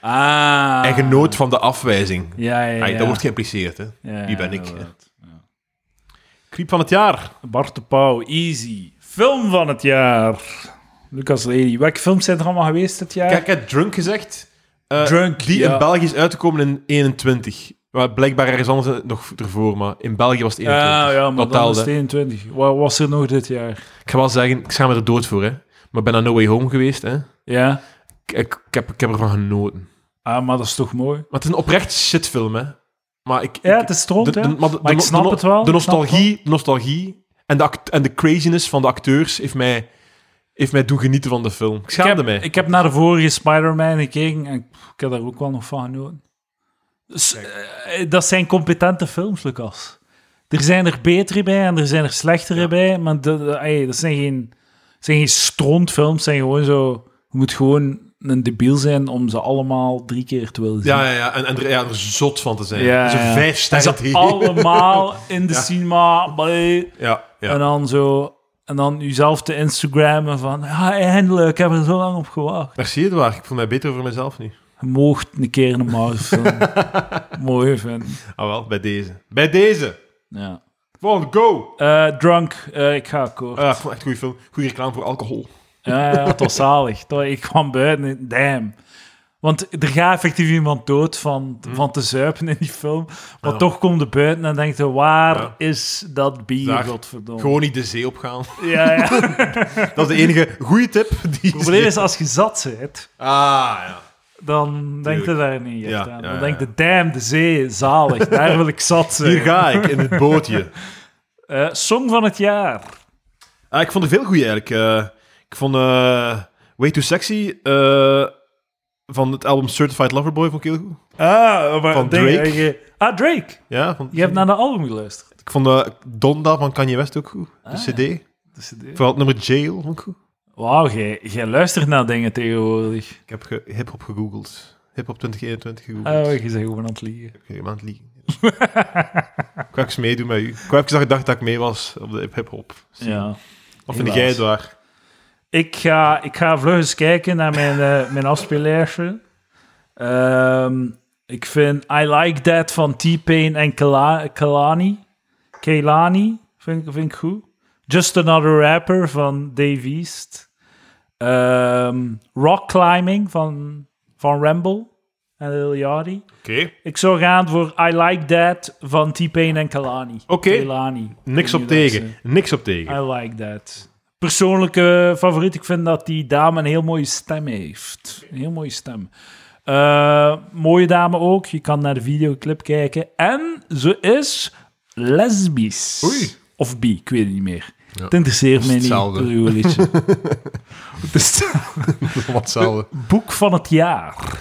Ah. Hij genoot van de afwijzing. Ja, ja, ja. Ai, dat wordt geïmpliceerd, hè. Ja, Wie ben ik? inderdaad. Kriep van het jaar. Bart de Pauw, easy. Film van het jaar. Lucas Lely. Welke films zijn er allemaal geweest dit jaar? Kijk, ik heb drunk gezegd. Eh, Eh, Drunk, Die ja. in België is uitgekomen in 21. Maar blijkbaar ergens anders eh, nog ervoor, maar in België was het 21. Ja, ja, maar Dat dan telde. is het 21. Wat was er nog dit jaar? Ik ga wel zeggen, ik schaam me er dood voor, hè. Maar ik ben naar No Way Home geweest, hè. Ja, Ik, ik, ik heb, ik heb ervan genoten. ah, maar dat is toch mooi? Maar het is een oprecht shitfilm, hè. Maar ik... Ja, ik- het is stront, de- hè? de- maar de- Maar ik de- snap de- het wel, De ik snap nostalgie, de nostalgie en, de act- en de craziness van de acteurs heeft mij, heeft mij doen genieten van de film. Ik ik schaamde heb, mij. Ik heb naar de vorige Spider-Man gekeken en ik heb daar ook wel nog van genoten. Dus, eh, dat zijn competente films, Lucas. Er zijn er betere bij en er zijn er slechtere bij, maar de, de- ey, dat zijn geen, zijn geen strontfilms. zijn gewoon zo... Je moet gewoon een debiel zijn om ze allemaal drie keer te willen zien. Ja, ja, ja. En, en er, ja, er zot van te zijn. Ja, Ja, ja. vijf sterren Ze tegen. allemaal in de cinema... bleh. Ja, En ja. dan zo... En dan jezelf te Instagrammen van... Ja, eindelijk, ik heb er zo lang op gewacht. Daar zie je het waar. Ik voel mij beter over mezelf nu. Je moogt een keer een Marvel-film mooi vinden. Ah wel, bij deze. Bij deze. Ja. Volgende, go! Eh, drunk, eh, ik ga akkoord. Ah, ik vond het echt goede film. Goede reclame voor alcohol. Ja, ja, het was zalig. Dat- Ik kwam buiten, en- damn. Want er gaat effectief iemand dood van, van te zuipen in die film. Maar Hm. Ja. toch komt er buiten en denkt hij, waar Ja. is dat bier, Daar. godverdomme. Gewoon niet de zee opgaan. Ja, ja. Het Dat is de enige goede tip die... probleem is, als je zat bent, Ah, ja. dan denkt hij daar niet echt Ja, aan. ja, Dan ja, denkt hij, damn, de zee, zalig. Daar wil ik zat zijn. Hier ga ik, in het bootje. Eh, song van het jaar. Ah, ik vond er veel goeie eigenlijk. Eh, ik vond eh, Way Too Sexy eh, van het album Certified Lover Boy vond ik heel goed. Ah, maar Van denk- Drake. je- ah, Drake. Ja, vond- Je hebt naar de album geluisterd. Ik vond eh, Donda van Kanye West ook goed. De Ah, CD. Dus het- Vooral het nummer Jail vond ik goed. Wauw, jij, jij luistert naar dingen tegenwoordig. Ik heb ge- hip-hop gegoogeld. Hip-hop 2021 gegoogeld. Oh, je bent gewoon aan het liegen. Ik heb iemand liegen. ik wou eens meedoen met u. Ik wou even dacht dat ik mee was op de hip-hop. Ja. Of vind helaas. jij het waar? Ik ga, ik ga vlug eens kijken naar mijn, eh, mijn afspeellijstje. Ehm, ik vind I Like That van T-Pain en Kela- Kelani. Kelani vind, ik- vind ik goed. Just Another Rapper van Dave East. Ehm, Rock Climbing van, van Ramble en Lil Yachty. Oké. Ik zou gaan voor I Like That van T-Pain en Kalani. Oké. Kelani. Niks op Ik weet niet tegen. dat Niks op tegen. ze- I Like That. Persoonlijke favoriet. Ik vind dat die dame een heel mooie stem heeft. Een heel mooie stem. Eh, mooie dame ook. Je kan naar de videoclip kijken. En ze is lesbisch. Oei. Of bi, ik weet het niet meer. Het interesseert mij niet. hetzelfde. per uw liedje. Het is het Ah. Wat hetzelfde. boek van het jaar.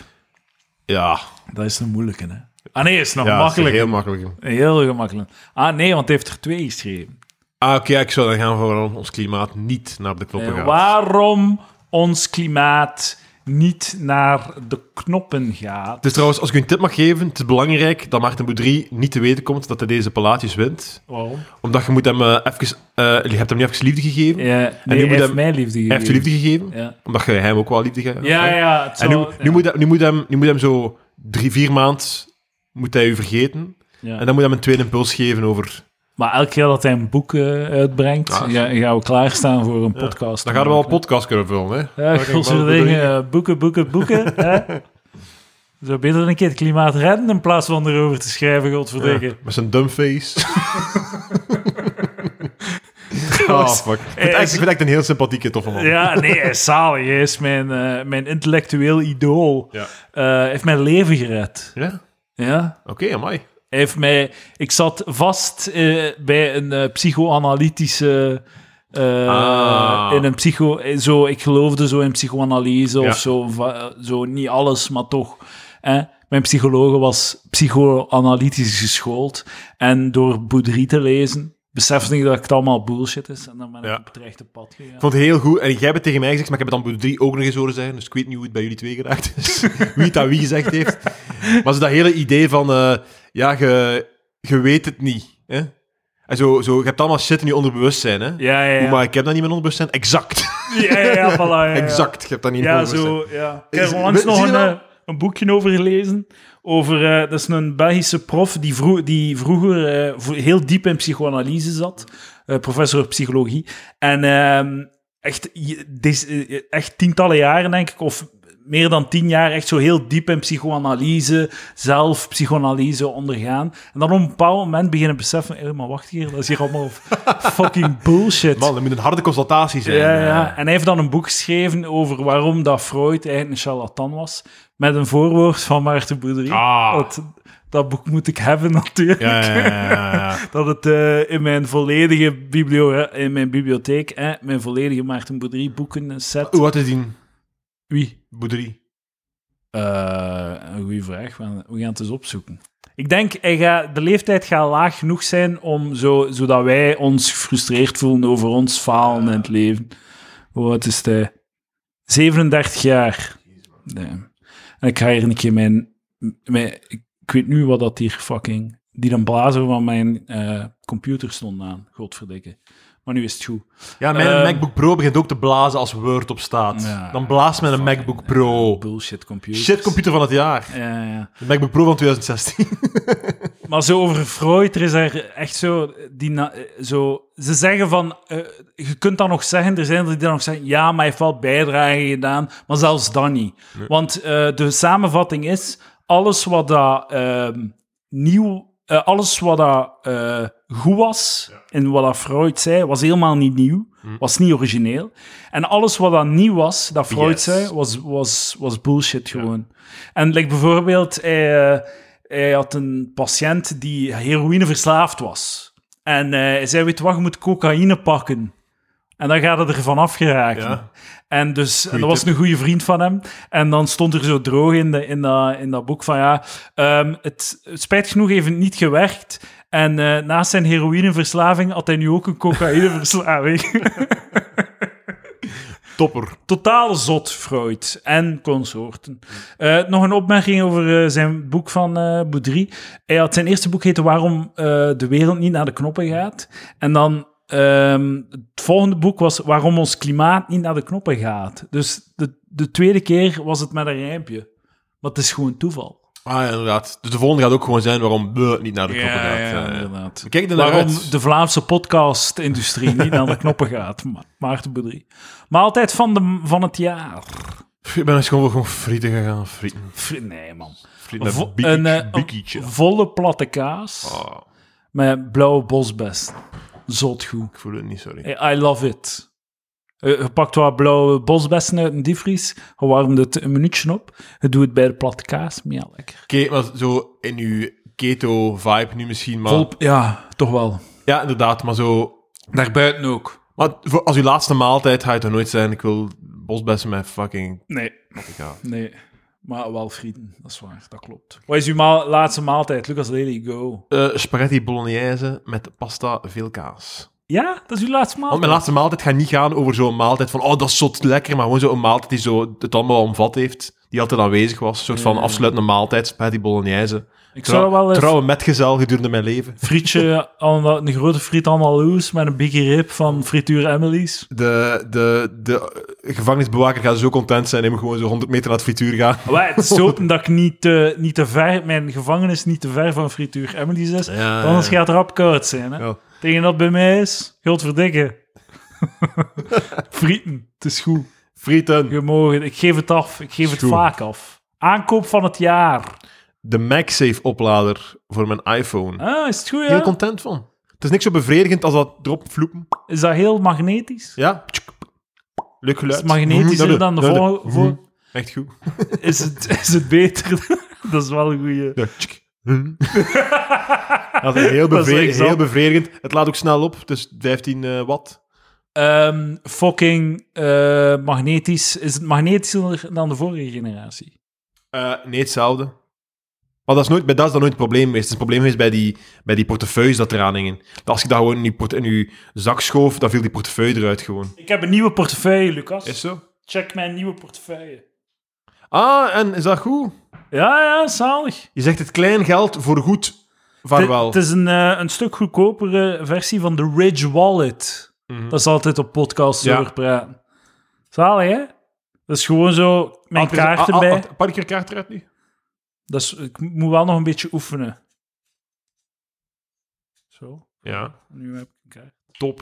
Ja. Dat is een moeilijke, hè? Ah nee, is nog ja, makkelijk. Heel makkelijk. Heel gemakkelijk. Ah nee, want hij heeft er twee geschreven. Ah, oké, ik zou dan gaan voor waarom ons klimaat niet naar de knoppen Eh, gaat. waarom ons klimaat niet naar de knoppen gaat. Het is Dus trouwens, als ik u een tip mag geven, het is belangrijk dat Maarten Boudry niet te weten komt dat hij deze palaatjes wint. Waarom? Omdat je moet hem eh, even... eh, je hebt hem niet even liefde gegeven. Ja, nee, nu moet hij heeft hem- mij liefde gegeven. Hij heeft je liefde gegeven. Ja, Omdat je hem ook wel liefde geeft. eh. ja, ja het En nu, zou- nu, moet hij, nu, moet hem, nu moet hem zo drie, vier maand moet hij u vergeten. ja. En dan moet hij hem een tweede impuls geven over... Maar elke keer dat hij een boek eh, uitbrengt, Ah, ja, gaan we klaarstaan voor een podcast. Dan gaan we wel een podcast kunnen vullen, hè. Ja, gulzige dingen. eh, Boeken, boeken, boeken. hè? Zo beter een keer het klimaat redden in plaats van erover te schrijven, godverdikke. Ja, met zijn dumbface. Ah, Trouwens, fuck. Ik vind, echt, ik vind echt een heel sympathieke, toffe man. Ja, nee, hij is zalig. Hij is mijn, eh, mijn intellectueel idool. Ja. Eh, Hij heeft mijn leven gered. Ja? Ja? Oké, amai. Hij heeft mij... Ik zat vast eh, bij een eh, psychoanalytische... eh, Ah. In een psycho... eh, Zo, ik geloofde zo in psychoanalyse Ja. of zo, va- zo. Niet alles, maar toch. Hè? Mijn psycholoog was psychoanalytisch geschoold. En door Boudry te lezen, besefte ik dat het allemaal bullshit is. En dan ben ik Ja. op het rechte pad gegaan. Ik vond het heel goed. En jij hebt het tegen mij gezegd, maar ik heb het dan drie ook nog eens horen zeggen. Dus ik weet niet hoe het bij jullie twee geraakt is. wie het aan wie gezegd heeft. Maar zo dat hele idee van... eh, ja, je, je weet het niet. Hè? En zo, zo, je hebt allemaal shit in je onderbewustzijn. Hè? Ja, ja, Oeh, ja. maar ik heb dat niet in mijn onderbewustzijn. Exact. Ja, ja, ja, voilà, ja, ja. Exact. Je hebt dat niet in je Ja, onderbewustzijn. zo, ja. Ik Is- heb onlangs zie je nog een, dat? eh, een boekje over gelezen. Over, eh, dat is een Belgische prof die, vroeg, die vroeger eh, vo- heel diep in psychoanalyse zat. eh, professor psychologie. En ehm, echt, je- dis- eh, echt tientallen jaren, denk ik, of meer dan tien jaar echt zo heel diep in psychoanalyse, zelf psychoanalyse ondergaan. En dan op een bepaald moment beginnen beseffen, hé, maar wacht hier, dat is hier allemaal fucking bullshit. Man, dat moet een harde constatatie zijn. Ja, ja. eh. En hij heeft dan een boek geschreven over waarom dat Freud eigenlijk een charlatan was. Met een voorwoord van Maarten Boerderie. Ah. Dat, dat boek moet ik hebben, natuurlijk. Ja, ja, ja, ja, ja. Dat het eh, in mijn volledige biblio in mijn bibliotheek, eh, mijn volledige Maarten Boerderie boeken eh, set. Hoe oud is die Wie? boerderie? Eh, een goede vraag. We gaan- we gaan het eens opzoeken. Ik denk, hij gaat- de leeftijd gaat laag genoeg zijn om zo, zodat wij ons gefrustreerd voelen over ons falen in het leven. Hoe oud is hij? 37 jaar. Nee. En ik ga hier een keer mijn, mijn... Ik weet nu wat dat hier fucking... Die een blazer van mijn eh, computer stond aan. Godverdikke. Maar nu is het goed. Ja, mijn Ehm. MacBook Pro begint ook te blazen als Word op staat. Ja. Dan blaast mijn een MacBook Pro. Bullshit computer. Oh. Shit computer van het jaar. Ja, ja. De MacBook Pro van 2016. Maar zo over Freud, er is er echt zo, die na- eh, zo... Ze zeggen van... eh, je kunt dat nog zeggen, er zijn er die dan nog zeggen... Ja, maar hij heeft wel bijdrage gedaan. Maar zelfs dan niet. Want eh, de samenvatting is... Alles wat dat ehm, nieuw... eh, alles wat dat eh, goed was, en wat dat Freud zei, was helemaal niet nieuw. Was niet origineel. En alles wat dat nieuw was, dat Freud Yes. zei, was, was, was bullshit gewoon. En like, bijvoorbeeld, hij, eh, hij had een patiënt die heroïne verslaafd was. En eh, hij zei, weet je wat, je moet cocaïne pakken. En dan gaat het er vanaf geraken. Ja. En dus, en Goeie dat was tip. een goede vriend van hem. En dan stond er zo droog in, de, in, dat, in dat boek van, ja, ehm, het, het spijt genoeg heeft het niet gewerkt. En eh, naast zijn heroïneverslaving had hij nu ook een cocaïneverslaving. Topper. Totaal zot, Freud en consorten. Eh, nog een opmerking over eh, zijn boek van eh Boudry. Hij had zijn eerste boek heette Waarom eh, de wereld niet naar de knoppen gaat. En dan ehm, het volgende boek was Waarom ons klimaat niet naar de knoppen gaat. Dus de, de tweede keer was het met een rijmpje. Maar het is gewoon toeval. Ah, ja, inderdaad. Dus de volgende gaat ook gewoon zijn waarom we niet naar de knoppen gaat. Ja, ja. inderdaad. We kijken ernaar Waarom uit. de Vlaamse podcastindustrie niet naar de knoppen gaat. Ma- Maarten Boudry. Maar altijd van, de, van het jaar. Eh, Ik ben eens gewoon, gewoon frieten gegaan. Frieten. Fri- Nee, man. Frieten met Vo- biekie- een, eh, biekietje. Volle platte kaas Ah, met blauwe bosbest. Zot goed. ik voel het niet, sorry. I I love it. Eh, Je pakt wat blauwe bosbessen uit een diepvries, je warmt het een minuutje op, je doet het bij de platte kaas, maar ja, lekker. Oké, maar zo in uw keto-vibe nu misschien, maar... Vol, ja, toch wel. Ja, inderdaad, maar zo... Daarbuiten ook. Maar voor- als uw laatste maaltijd ga je toch nooit zijn, ik wil bosbessen met fucking... Nee, Ja. nee. Maar wel frieten, dat is waar, dat klopt. Wat is uw maal- laatste maaltijd? Lucas Lely, go. Eh, spaghetti bolognese met pasta, veel kaas. Ja, dat is uw laatste Want maaltijd. mijn laatste maaltijd gaat niet gaan over zo'n maaltijd van, oh, dat is zot lekker, maar gewoon zo'n maaltijd die zo het allemaal omvat heeft, die altijd aanwezig was. Een soort van Ja. afsluitende maaltijd, spaghetti bolognese. Mm. Ik zou wel eens... Trouwe metgezel gedurende mijn leven. frietje, aan- een grote friet andaloes met een biggie rib van frituur Emily's. De, de, de eh, gevangenisbewaker gaat zo content zijn, hij moet gewoon zo 100 meter naar het frituur gaan. Maar het is hopen dat ik niet te, niet te ver, mijn gevangenis niet te ver van frituur Emily's is. Ja, Anders gaat het rap koud zijn. Hè? Ja. Tegen dat bij mij is, godverdikke. Frieten, het is goed. Frieten. Gemogen, ik geef het af, ik geef het Goed. vaak af. Aankoop van het jaar. De MagSafe-oplader voor mijn iPhone. Ah, is het goed, Heel ja? content van. Het is niks zo bevredigend als dat erop vloepen. Is dat heel magnetisch? Ja. Leuk Is geluid. Hm, het magnetisch dan de volgende... voor- Echt goed. Is het, is het beter? dat is wel een goeie. Ja, tsk. dat is heel, Dat is bevre- echt heel zot. bevredigend. Het laat ook snel op, dus 15 eh, watt. Ehm, fucking eh, magnetisch. Is het magnetischer dan de vorige generatie? Eh, nee, hetzelfde. Maar dat is, nooit, bij dat is dat nooit het probleem geweest. Het is het probleem geweest bij die, bij die portefeuilles dat eraan hingen. Dat als je dat gewoon in je, port- in je zak schoof, dan viel die portefeuille eruit gewoon. Ik heb een nieuwe portefeuille, Lucas. Is zo? Check mijn nieuwe portefeuille. Ah, en is dat goed? Ja, ja, zalig. Je zegt het klein geld voor goed. Vaarwel. Het is een, eh, een stuk goedkopere versie van de Ridge Wallet. Mhm. Dat is altijd op podcasts Ja. over praten. Zalig, hè? Dat is gewoon zo, mijn Ah, er is- kaart ah, ah, erbij. ah, Pak ik er kaart eruit nu? Dat is, ik moet wel nog een beetje oefenen. Zo, Ja. nu heb ik een kaart. Top.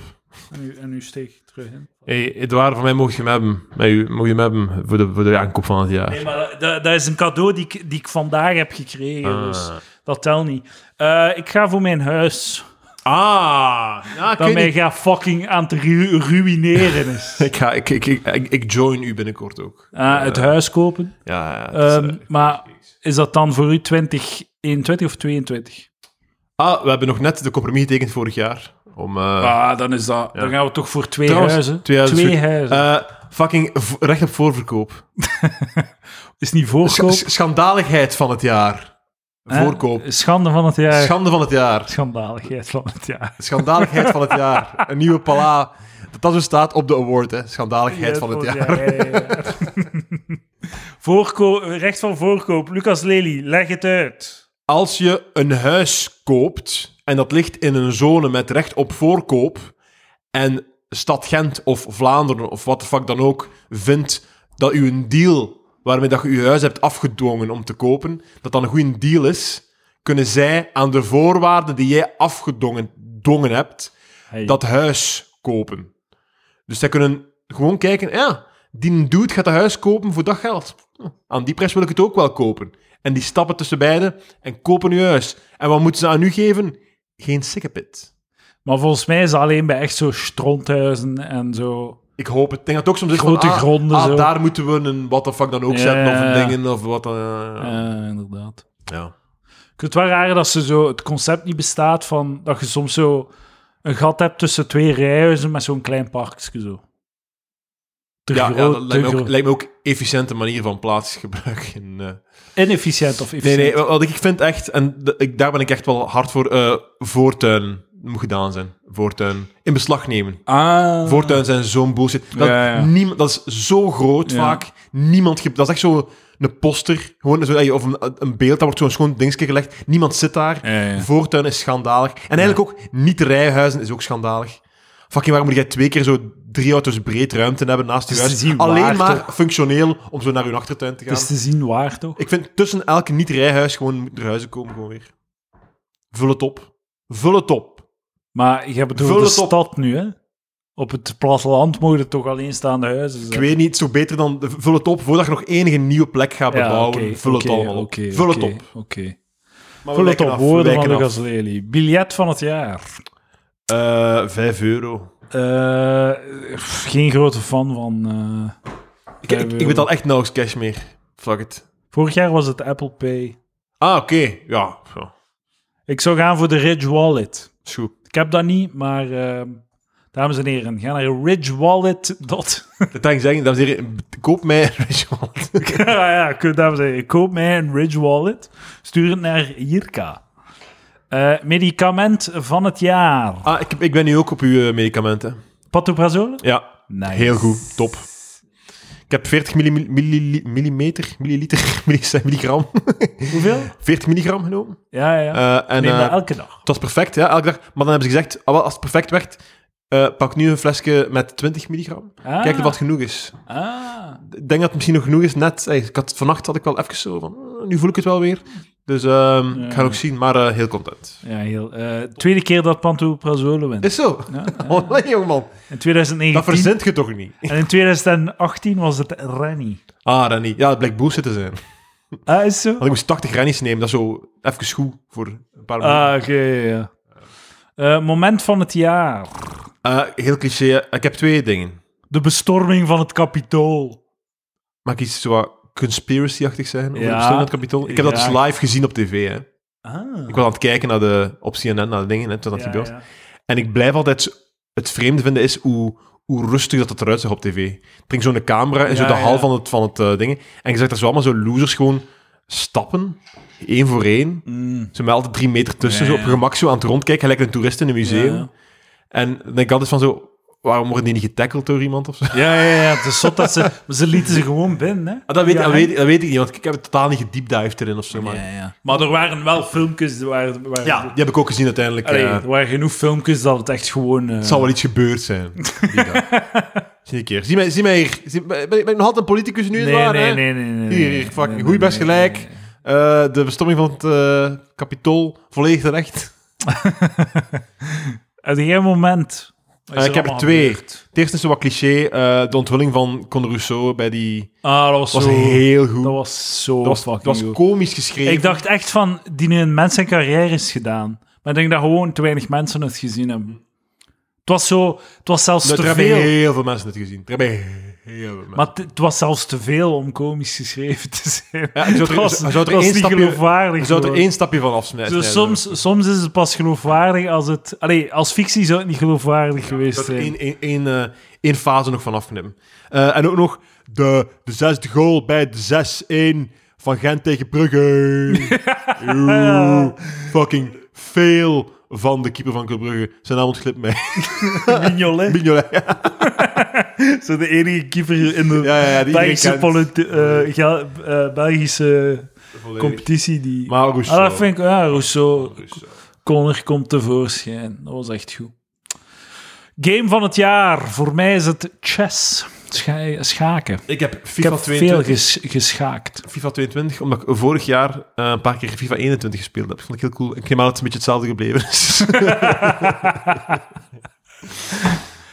En u, en u steeg terug in. Hey, Edouard, van mij mocht je hem hebben. Met u, mocht je hem hebben voor de, voor de aankoop van het jaar. Nee, maar dat- dat, dat is een cadeau die ik, die ik vandaag heb gekregen. Ah. Dus dat telt niet. Eh, ik ga voor mijn huis. Ah, ja, ik, Dat weet mij niet. gaat fucking aan het ru- ruïneren is. ik, ga, ik, ik, ik, ik- ik join u binnenkort ook. Ah, het huis kopen. Ja, ja, het is, Ehm, eh, maar is dat dan voor u 2021 of 22? Ah, we hebben nog net de compromis getekend vorig jaar. Om, eh, ah, dan is dat. Dan gaan we toch voor twee Trouwens, huizen. twee huizen. Twee huizen. eh, fucking v- recht op voorverkoop. is niet Sch- voorkoop. sch- schandaligheid van het jaar. hè? Eh. Voorkoop. Schande van het jaar. Schande van het jaar. Schandaligheid van het jaar. Schandaligheid van het jaar. Een nieuwe pala. Dat dat zo staat op de award, hè. Schandaligheid van het jaar. oh, Ja, ja, ja. Voorko- recht van voorkoop. Lucas Lely, leg het uit. Als je een huis koopt en dat ligt in een zone met recht op voorkoop en stad Gent of Vlaanderen of wat de fuck dan ook vindt dat u een deal waarmee dat je uw huis hebt afgedwongen om te kopen, dat dan een goede deal is, kunnen zij aan de voorwaarden die jij afgedwongen dwongen hebt, Hey. dat huis kopen. Dus zij kunnen gewoon kijken, ja, die dude gaat dat huis kopen voor dat geld. Hm, Aan die prijs wil ik het ook wel kopen. En die stappen tussen beiden en kopen uw huis. En wat moeten ze aan u geven? Geen sikkepit. Maar volgens mij is dat alleen bij echt zo stronthuizen en zo. Ik hoop het. Ik denk dat het ook soms is Grote van, ah, gronden, ah, zo. daar moeten we een what the fuck dan ook Ja, zetten, of ja, een ja. dingen, of wat dan... eh, Eh, inderdaad. ja. Ik vind het wel raar dat ze zo het concept niet bestaat van dat je soms zo een gat hebt tussen twee rijhuizen met zo'n klein parkje zo. Te Ja, ja, groot, dat lijkt te me, ook, groot. lijkt me ook efficiënte manier van plaatsgebruik. In, eh, Inefficiënt of Nee, efficiënt. nee, wat ik vind echt, en d- ik, daar ben ik echt wel hard voor, eh voortuin moet gedaan zijn. Voortuin. In beslag nemen. Ah. Voortuin zijn zo'n bullshit. Dat, Ja, ja. Niemand, dat is zo groot Ja. vaak. Niemand, ge- dat is echt zo'n poster, gewoon zo, ey, of een, een beeld, daar wordt zo'n schoon dingetje gelegd. Niemand zit daar. Ja, ja. Voortuin is schandalig. En eigenlijk ook niet-rijhuizen is ook schandalig. Fucking waarom moet jij twee keer zo drie auto's breed ruimte hebben naast je Het is te huis? zien waar, Alleen maar toch? functioneel om zo naar je achtertuin te gaan. Het is te zien waar toch? Ik vind tussen elk niet-rijhuis gewoon moet er huizen komen gewoon weer. Vul het op. Vul het op. Maar je hebt het over Vul de het op. stad nu, hè? Op het platteland mogen er toch alleenstaande huizen zijn. Ik weet niet, zo beter dan de- vul het op voordat je nog enige nieuwe plek gaat bebouwen. oké, vul het oké, allemaal op. oké, vul oké, het op. Oké. Maar we Vul het wijken op, af, we woorden van wijken Lucas af. Lely. Biljet van het jaar. Eh, Vijf euro. Eh, pff, geen grote fan van. eh, Ik, ik, euro. ik betaal echt nauwelijks cash meer. Fuck it. vorig jaar was het Apple Pay. Ah, oké. Ja, zo. Ik zou gaan voor de Ridge Wallet. Is goed. Ik heb dat niet, maar eh, dames en heren, ga naar ridgewallet. dot- Dat kan ik zeggen, dames en heren, koop mij een restaurant. Ah ja, kun- dames en heren, koop mij een Ridge Wallet. Stuur het naar Jirka. Eh, medicament van het jaar. Ah, ik, ik ben nu ook op uw eh, medicamenten. Patoprazolen? Ja, Nice. Heel goed, top. Ik heb 40 milli- milli- millimeter, milliliter, millis- milligram, Hoeveel? 40 milligram genomen. Ja, ja. ja. Eh, en Neem dat eh, elke dag. het was perfect, ja, elke dag. Maar dan hebben ze gezegd, ah, wel, als het perfect werd, eh, pak nu een flesje met 20 milligram. Ah, Kijk of dat genoeg is. Ah. Ik denk dat het misschien nog genoeg is, net. eh, Ik had, vannacht had ik wel even zo van, eh, nu voel ik het wel weer. Dus ehm, ik ga nog zien, maar eh, heel content. Ja, heel. eh, tweede keer dat pantoprazole wint. Is zo. Oh, Ja, Allee, jongman. In Dat 2019 verzint je toch niet? en in 2018 was het Rennie. Ah, dat niet. Ja, dat blijkt bullshit te zijn. Ah, is zo? Want ik moest 80 rennies nemen, dat is zo even goed voor een paar minuten. Ah, oké, ja, ja. Eh, moment van het jaar. Ah. Eh, heel cliché. Ik heb twee dingen. De bestorming van het kapitool. Mag ik iets zo wat conspiracy-achtig zijn over Ja. de bestorming van het kapitool? Ik heb dat Ja. dus live gezien op tv. Hè. Ah. Ik was aan het kijken naar de, op CNN, naar de dingen, hè, toen dat Ja, gebeurt. ja. En ik blijf altijd... zo- Het vreemde vinden is hoe, hoe rustig dat het eruit zag op tv. Er ging zo'n camera en zo Ja, de hal ja. van het, van het eh, dingen. En je zag daar zo allemaal zo losers gewoon stappen. één voor één. Mm. Ze met altijd drie meter tussen. Ja, Zo ja. op gemak zo aan het rondkijken. Gelijk een toerist in een museum. Ja. En dan denk ik altijd van zo... Waarom worden die niet getackeld door iemand of zo? Ja, ja, ja. Het is zot dat ze... Ze lieten ze gewoon binnen, hè. Ah, dat, weet, Ja, dat, weet, dat weet ik niet, want ik heb het totaal niet gediepdived erin of zo. Maar... Ja, ja. Maar er waren wel filmpjes... Er waren, er waren- Ja, die heb ik ook gezien uiteindelijk. Allee, eh. er waren genoeg filmpjes dat het echt gewoon... eh, het zal wel iets gebeurd zijn. die dag. Zie ik hier. Zie mij, zie mij hier. Zie- ben, ik- ben ik nog altijd een politicus nu? nee, het waar, nee, hè? nee, nee, nee, nee. Hier, hier, fucking Nee, nee, goeie, best nee, gelijk. nee, nee. Eh, de bestomming van het eh kapitool, volledig terecht. Heb jij een moment Wat Eh, ik heb er allemaal twee. gebeurd? Het eerste is zo wat cliché, eh, de onthulling van Conor Rousseau bij die... Ah, dat was, was zo... heel goed. Dat was zo Dat was, fucking dat was goed. komisch geschreven. Ik dacht echt van, die een mens zijn carrière is gedaan. Maar ik denk dat gewoon te weinig mensen het gezien hebben. Het was zo... Het was zelfs dat, er te hebben veel. heel veel mensen het gezien. Er hebben heel veel mensen. Maar het, het was zelfs te veel om komisch geschreven te zijn. Ja, ik zou er- Het was, zou er het was één niet stapje- geloofwaardig. je zou er gewoon. één stapje van afsnijden. Dus soms, soms is het pas geloofwaardig als het... Allee, als fictie zou het niet geloofwaardig Ik geweest zou er zijn. één, één, één, eh, één fase nog van afknippen. Eh, en ook nog de, de zesde goal bij de 6-1 van Gent tegen Brugge. Oeh, fucking veel van de keeper van Club Brugge. Zijn naam ontglipt mij. Mignolet. Mignolet. Ja, Zo de enige keeper in de ja, ja, die iedereen Belgische, kent. politi- eh, Gel- eh, Belgische Volledig. competitie. Die... Maar Ah, Rousseau. dat vind ik... Ja, Rousseau. Rousseau. Conner komt tevoorschijn. Dat was echt goed. Game van het jaar. Voor mij is het chess. Scha- schaken. Ik heb Ik FIFA heb 22. veel ges- geschaakt. FIFA 22, omdat ik vorig jaar eh, een paar keer FIFA 21 gespeeld heb. Vond ik heel cool. Ik neem aan dat het een beetje hetzelfde gebleven is.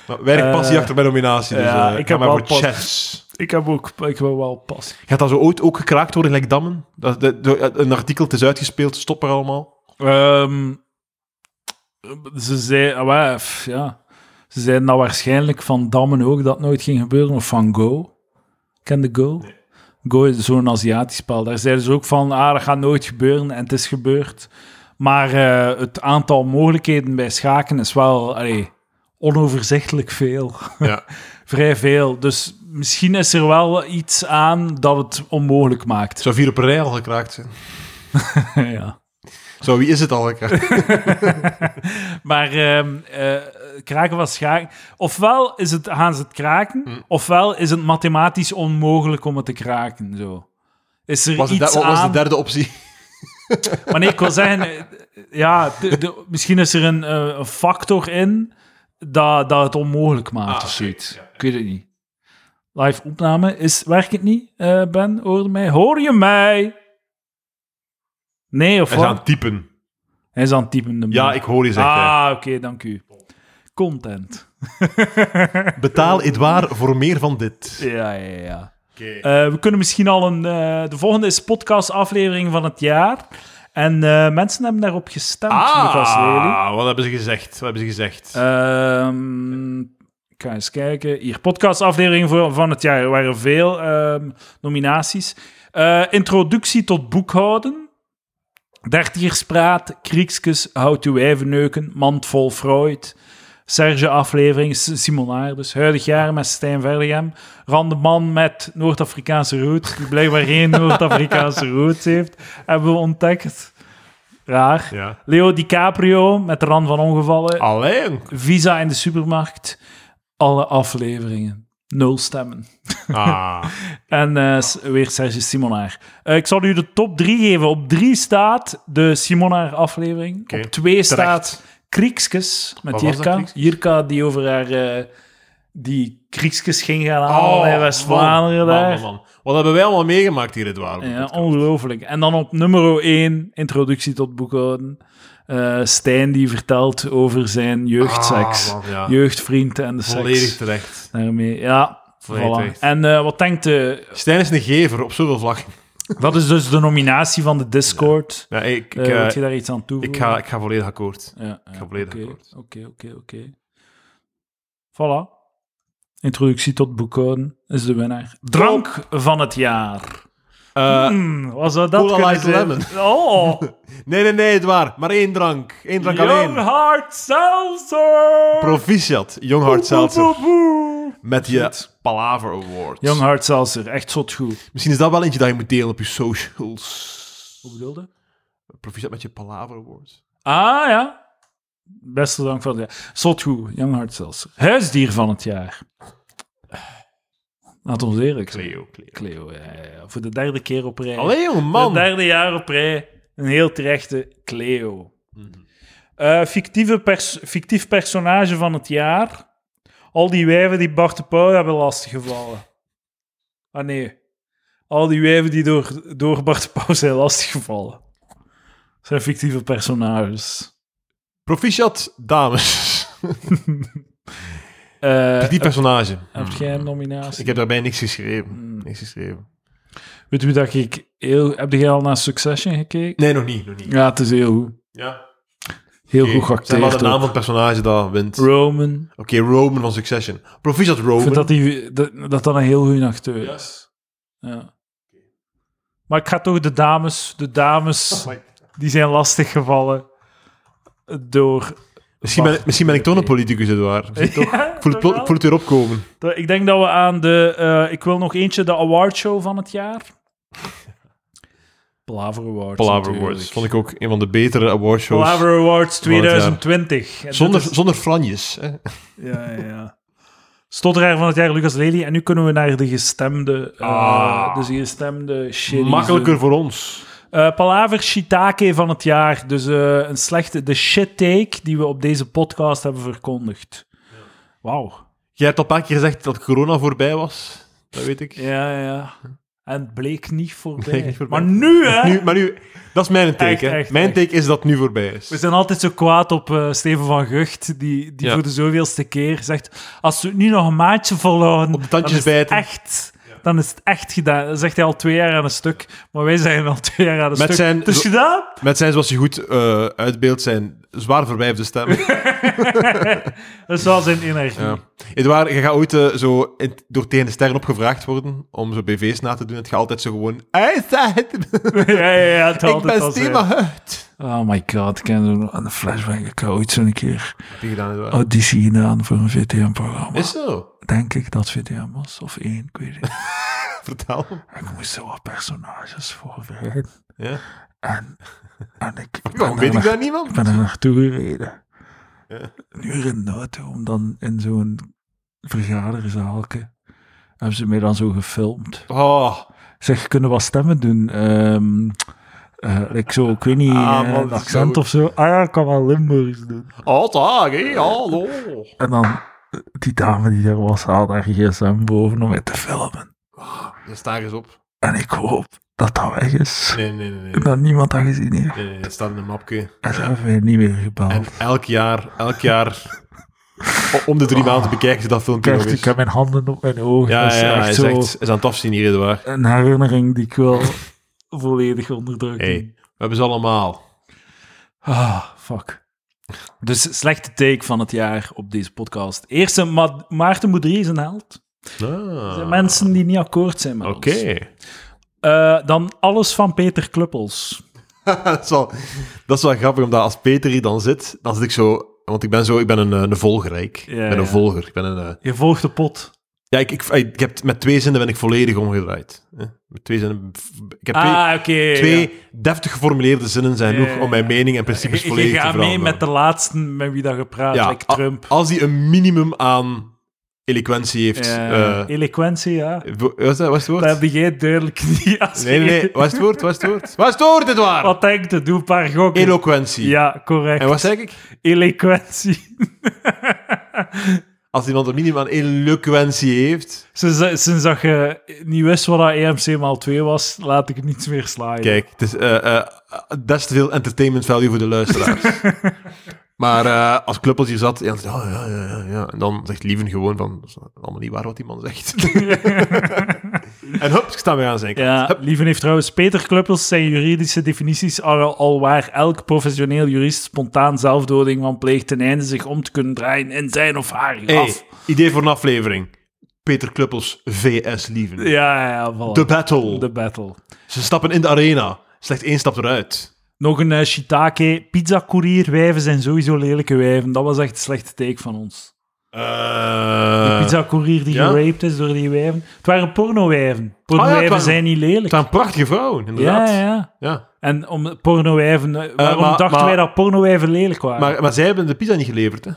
maar weinig passie Eh, achter mijn nominatie. Dus, ja, eh, ik ga heb maar wel voor pas- chess. Ik heb ook... Ik wil wel pas. Gaat dat zo ooit ook gekraakt worden, gelijk Dammen? Dat, dat- dat- een artikel, het is uitgespeeld, stop er allemaal. Ehm, ze zei... ah, wel, pff, ja. Ze zeiden dat waarschijnlijk van Dammen ook dat nooit ging gebeuren. Of van Go. Ken de Go? Go is zo'n Aziatisch spel. Daar zeiden ze ook van, ah, dat gaat nooit gebeuren. En het is gebeurd. Maar eh, het aantal mogelijkheden bij schaken is wel allee, onoverzichtelijk veel. Ja. Vrij veel. Dus misschien is er wel iets aan dat het onmogelijk maakt. Zou vier op een rij al gekraakt zijn? ja. Zo, wie is het al gekraakt? Maar ehm, eh, kraken was schaken. Ofwel is het, gaan ze het kraken, Hmm. ofwel is het mathematisch onmogelijk om het te kraken. Zo. Is er Was de, iets wat was de aan... derde optie? Maar nee, ik wil zeggen, eh, ja, de- de- misschien is er een eh, een factor in dat, dat het onmogelijk Ah, maakt of zoiets. Ik weet het niet. Live opname, is, werkt het niet, eh, Ben? Hoor je mij? Hoor je mij? Nee, of Hij is aan wat? het typen. Hij is aan het typen. de Ja, man. ik hoor je zeggen. Ah, oké, dank u. Content. Betaal Edouard voor meer van dit. Ja, ja, ja. Eh, we kunnen misschien al een. eh, de volgende is podcast-aflevering van het jaar. En eh, mensen hebben daarop gestemd, Lucas Lely. Ah, wat hebben ze gezegd? Wat hebben ze gezegd? Ehm, ik ga eens kijken. Hier, podcast-aflevering voor- van het jaar. Er waren veel ehm, nominaties: Eh, Introductie tot boekhouden. Dertierspraat, Kriekskes, Houd uw wijven neuken, Mand vol Freud, Serge-aflevering, S- Simon Aardus, Huidig jaar met Stijn Verdegem, Randeman met Noord-Afrikaanse roots, die blijkbaar geen Noord-Afrikaanse roots heeft, hebben we ontdekt. Raar. Ja. Leo DiCaprio met de Rand van Ongevallen, Alleen. Visa in de supermarkt, alle afleveringen. Nul stemmen. Ah. En eh, s- weer Serge Simonaar. Eh, ik zal u de top 3 geven. Op 3 staat de Simonaar-aflevering. Oké, Op 2 staat Kriekskes met Wat was dat, Jirka. Kriekskes? Jirka die over haar... eh, die Kriekskes ging gaan halen bij West-Vlaanderen Oh, man, daar. man, man, man. Wat hebben wij allemaal meegemaakt hier, Ah, Edouard? Ja, ongelooflijk. En dan op nummer 1, introductie tot boekhouden. Eh, Stijn die vertelt over zijn jeugdseks. Ah, man, ja. Jeugdvrienden en de Volledig seks. terecht. Daarmee, ja. Volledig voilà. terecht. En eh, wat denkt de... Stijn is een gever op zoveel vlakken. Dat is dus de nominatie van de Discord. Ja, ik, Eh ik, eh, wil je daar iets aan toevoegen? ik, ga, ik ga volledig akkoord. Ja, ja, ga volledig oké, akkoord. Oké, oké, oké. Voilà. Introductie tot boekhouden is de winnaar. Drank van het jaar. Eh, Hmm, wat zou dat Cola kunnen Light zijn? Oh, nee, nee, nee, Edouard. Maar één drank. Eén drank Young alleen. Hard Seltzer! Proficiat, Young Hard Seltzer. Boe, boe, boe. Met je Palaver Award. Young Hard Seltzer, echt zot goed. Misschien is dat wel eentje dat je moet delen op je socials. Hoe bedoelde? Proficiat met je Palaver Award. Ah, ja. Beste dank van het jaar. Zot goed, Young Hard Seltzer. Huisdier van het jaar. Laat ons eerlijk zijn. Cleo, Cleo. Cleo, ja, ja, ja. Voor de derde keer op rij. Allee, jongen, Voor man. het derde jaar op rij. Een heel terechte Cleo. Eh, fictieve pers- fictief personage van het jaar. Al die wijven die Bart de Pauw hebben lastiggevallen. Ah nee. Al die wijven die door, door Bart de Pauw zijn lastiggevallen. Zijn fictieve personages. Proficiat, dames. Eh, Die personage. heb jij een nominatie? Ik heb daarbij niks geschreven. Hmm. Niks geschreven. Weet je wie dat ik heel... Heb jij al naar Succession gekeken? Nee, nog niet. Nog niet. Ja, het is heel goed. Ja. Heel Oké, goed Zeg maar de geacteerd. naam ook. van het personage dat wint. Roman. Oké, Roman van Succession. Proficiat Ik Roman. vind dat, die, dat, dat dat een heel goede acteur is. Ja. Maar ik ga toch de dames... De Oh dames, die zijn lastig gevallen door... Misschien ben, misschien ben ik toch een politicus, Edouard. Misschien toch- Ja, Ik voel, het, plo- ik voel het weer opkomen. Dat- Ik denk dat we aan de. eh, ik wil nog eentje, de awardshow van het jaar. Palaver Awards. Palaver natuurlijk. Awards. Vond ik ook een van de betere awardshows. Palaver Awards Van het jaar. 2020. En Zonder, dit is- zonder franjes. Hè. Ja, ja, ja. Stotteraar van het jaar, Lucas Lely. En nu kunnen we naar de gestemde. eh, Ah. Dus de gestemde shit. Makkelijker voor ons. Eh, Palaver Shiitake van het jaar. Dus eh, een slechte. De shit take die we op deze podcast hebben verkondigd. Wauw. Jij hebt al een paar keer gezegd dat corona voorbij was. Dat weet ik. Ja, ja. En het bleek niet voorbij. Bleek niet voorbij. Maar nu, hè? Nu, maar nu, dat is mijn take. Echt, hè. echt, mijn echt. take is dat het nu voorbij is. We zijn altijd zo kwaad op eh, Steven van Gucht, die, die Ja. voor de zoveelste keer zegt: Als we het nu nog een maatje volhouden, Op de tandjes dan is het bijten. echt. Dan is het echt gedaan. Dat zegt hij al twee jaar aan een stuk. Maar wij zeggen al twee jaar aan een Met stuk. zijn- het is zo- gedaan. Met zijn, zoals je goed eh, uitbeeldt, zijn zwaar verwijfde stem. Dat is wel zijn energie. ja. Edouard, je gaat ooit eh, zo in- door tegen de sterren opgevraagd worden om zo BV's na te doen. Het gaat altijd zo gewoon... Hij zei het, ja, ja, ja, het is ik altijd ben al Steven zijn. Hut. Oh my god, ik ken hem aan de flashback. Ik had ooit zo'n keer Heb je gedaan, Edouard? auditie gedaan voor een VTM-programma. Is zo. Denk ik dat VTM was, of één, ik weet het niet. Vertel. Ik moest zo wat personages voorbereiden. Ja. En, en ik, ik Waarom ben weet er ik naar- dat niet, man? ik ben er naartoe gereden. Ja. Een uur in de auto, om dan in zo'n vergaderzaalke. Hebben ze mij dan zo gefilmd. Oh, Zeg, je kunnen wat stemmen doen. Ehm eh, ik, zo, ik weet niet, Ah, eh, man, een dat is accent zo- of zo. Ah ja, ik kan wel Limburgs doen. altijd, hé, hallo. En dan, eh, die dame die daar was, haalde haar gsm boven om mij te filmen. Dan sta eens op. En ik hoop dat dat weg is. Nee, nee, nee. nee. En dat niemand dat gezien heeft. Nee, nee, het staat in een mapje. En ze hebben mij niet meer gebeld. En elk jaar, elk jaar, o- om de Oh. drie maanden bekijken ze dat filmpje Kijk, nog eens. ik heb mijn handen op mijn ogen. Ja, dat is ja, ja, echt hij is, zo echt, hij is aan het afzien hier, Edouard. een herinnering die ik wil volledig onderdrukken. Hey, we hebben ze allemaal. Ah, fuck. Dus slechte take van het jaar op deze podcast. Eerste, Ma Maarten Moudry is een held. Er zijn Ah, mensen die niet akkoord zijn met Oké. ons. Eh, dan alles van Peter Kluppels. dat, is wel, dat is wel grappig, omdat als Peter hier dan zit, dan zit ik zo... Want ik ben zo, ik ben een, eh, een volger, hè, ik. Ik Ja, ben een ja. volger. Ik ben een... eh, Je volgt de pot. ja, ik, ik, ik heb, met twee zinnen ben ik volledig omgedraaid. hè. Met twee zinnen... Ik heb twee, ah, oké. twee ja. deftig geformuleerde zinnen zijn Ja, genoeg om mijn ja. mening en principes Je, je volledig te gaat veranderen. mee met de laatste met wie dat gepraat, ja, ah, like a- Trump. Als hij een minimum aan eloquentie heeft. Ja, eh, eloquentie, ja. wo- was dat Dat was het woord? heb jij duidelijk niet. als Nee, nee, je- nee. Was het woord? Was het woord? Was het woord, Edouard? Wat denk je? Doe een paar gokken. Eloquentie. Ja, correct. En wat zeg ik? Eloquentie. Als iemand een minimum aan eloquentie heeft... Sinds, sinds dat je niet wist wat dat EMC maal 2 was, laat ik niets meer slaaien. Kijk, het is eh, eh, des te veel entertainment value voor de luisteraars. maar eh, als Kluppels hier zat, ja, dan zegt hij, "Oh, ja, ja, ja, ja. En dan zegt Lieven gewoon van, dat is allemaal niet waar wat die man zegt. en hup, ik sta weer aan zijn kant. Ja, Hup. Lieven heeft trouwens Peter Kluppels zijn juridische definities al, al waar elk professioneel jurist spontaan zelfdoding van pleegt ten einde zich om te kunnen draaien in zijn of haar Hey, graf. idee voor een aflevering. Peter Kluppels, VS Lieven. Ja, ja, voilà. The Battle. The battle. Ze stappen in de arena. Slechts één stap eruit. Nog een eh, shiitake. Pizza courier wijven zijn sowieso lelijke wijven. Dat was echt een slechte take van ons. Eh, pizza courier die ja? geraped is door die wijven. Het waren pornowijven. Ah, ja, Pornowijven het waren- zijn niet Het lelijk. zijn prachtige vrouwen, Ja, inderdaad. ja, ja. Ja. En om pornowijven... eh, waarom maar- dachten maar- wij dat pornowijven lelijk waren? Maar, maar zij hebben de pizza niet geleverd, hè?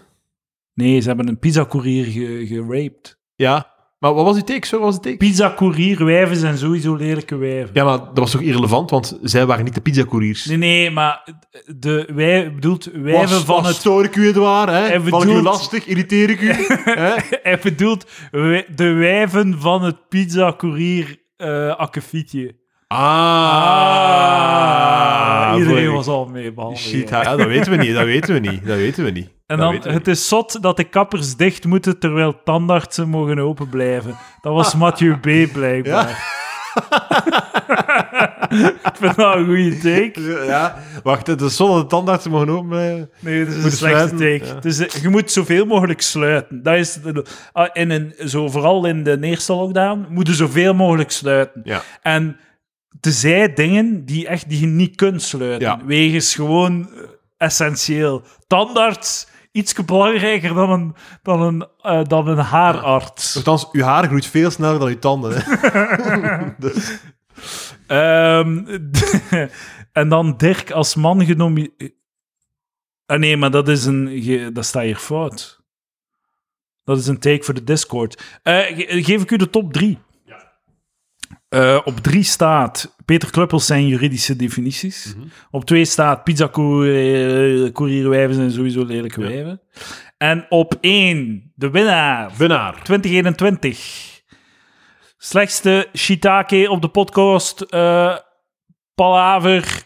Nee, ze hebben een pizzacourier ge geraped. Ja. Maar wat was die take? Zo wat was de take? Pizzacourier wijven zijn sowieso lelijke wijven. Ja, maar dat was toch irrelevant, want zij waren niet de pizzacouriers. Nee, nee, maar de wij, bedoelt Was- wijven van was het... stoor ik u, Edouard, hè? En we Val ik u doen- lastig? Irriteer ik u? hè? Hij bedoelt wij- de wijven van het pizzacourier eh akkefietje. Ah, Iedereen voor- was al mee, behalve Shit, jij. ja, dat weten we niet, dat weten we niet, dat weten we niet. En Dat dan, weten we het is zot dat de kappers dicht moeten terwijl tandartsen mogen open blijven. Dat was Mathieu B. blijkbaar. Ik vind dat een goede take. niet. Ja, wacht, het is zonder de tandartsen mogen openblijven. Nee, het is een Moeten slechte sluiten, take. ja. Het is, eh, je moet zoveel mogelijk sluiten. Dat is de- ah, in een, zo, vooral in de eerste lockdown moeten zoveel mogelijk sluiten. Ja. En tezij dingen die, echt, die je niet kunt sluiten. Ja. Wegens gewoon eh, essentieel. Tandarts, iets belangrijker dan een, dan een, eh, dan een haararts. Nochtans, uw haar groeit veel sneller dan uw tanden. hè. dus, Ehm, en dan Dirk als man genomineerd. Ah nee, maar dat is een. ge- Dat staat hier fout. Dat is een take voor de Discord. Eh, ge- geef ik u de top drie. Eh, op drie staat Peter Kluppels zijn juridische definities. Op twee staat pizza courier- courierwijven zijn sowieso lelijke Ja. wijven. En op één, de winnaar winnaar. 2021. Slechtste shiitake op de podcast. eh, palaver.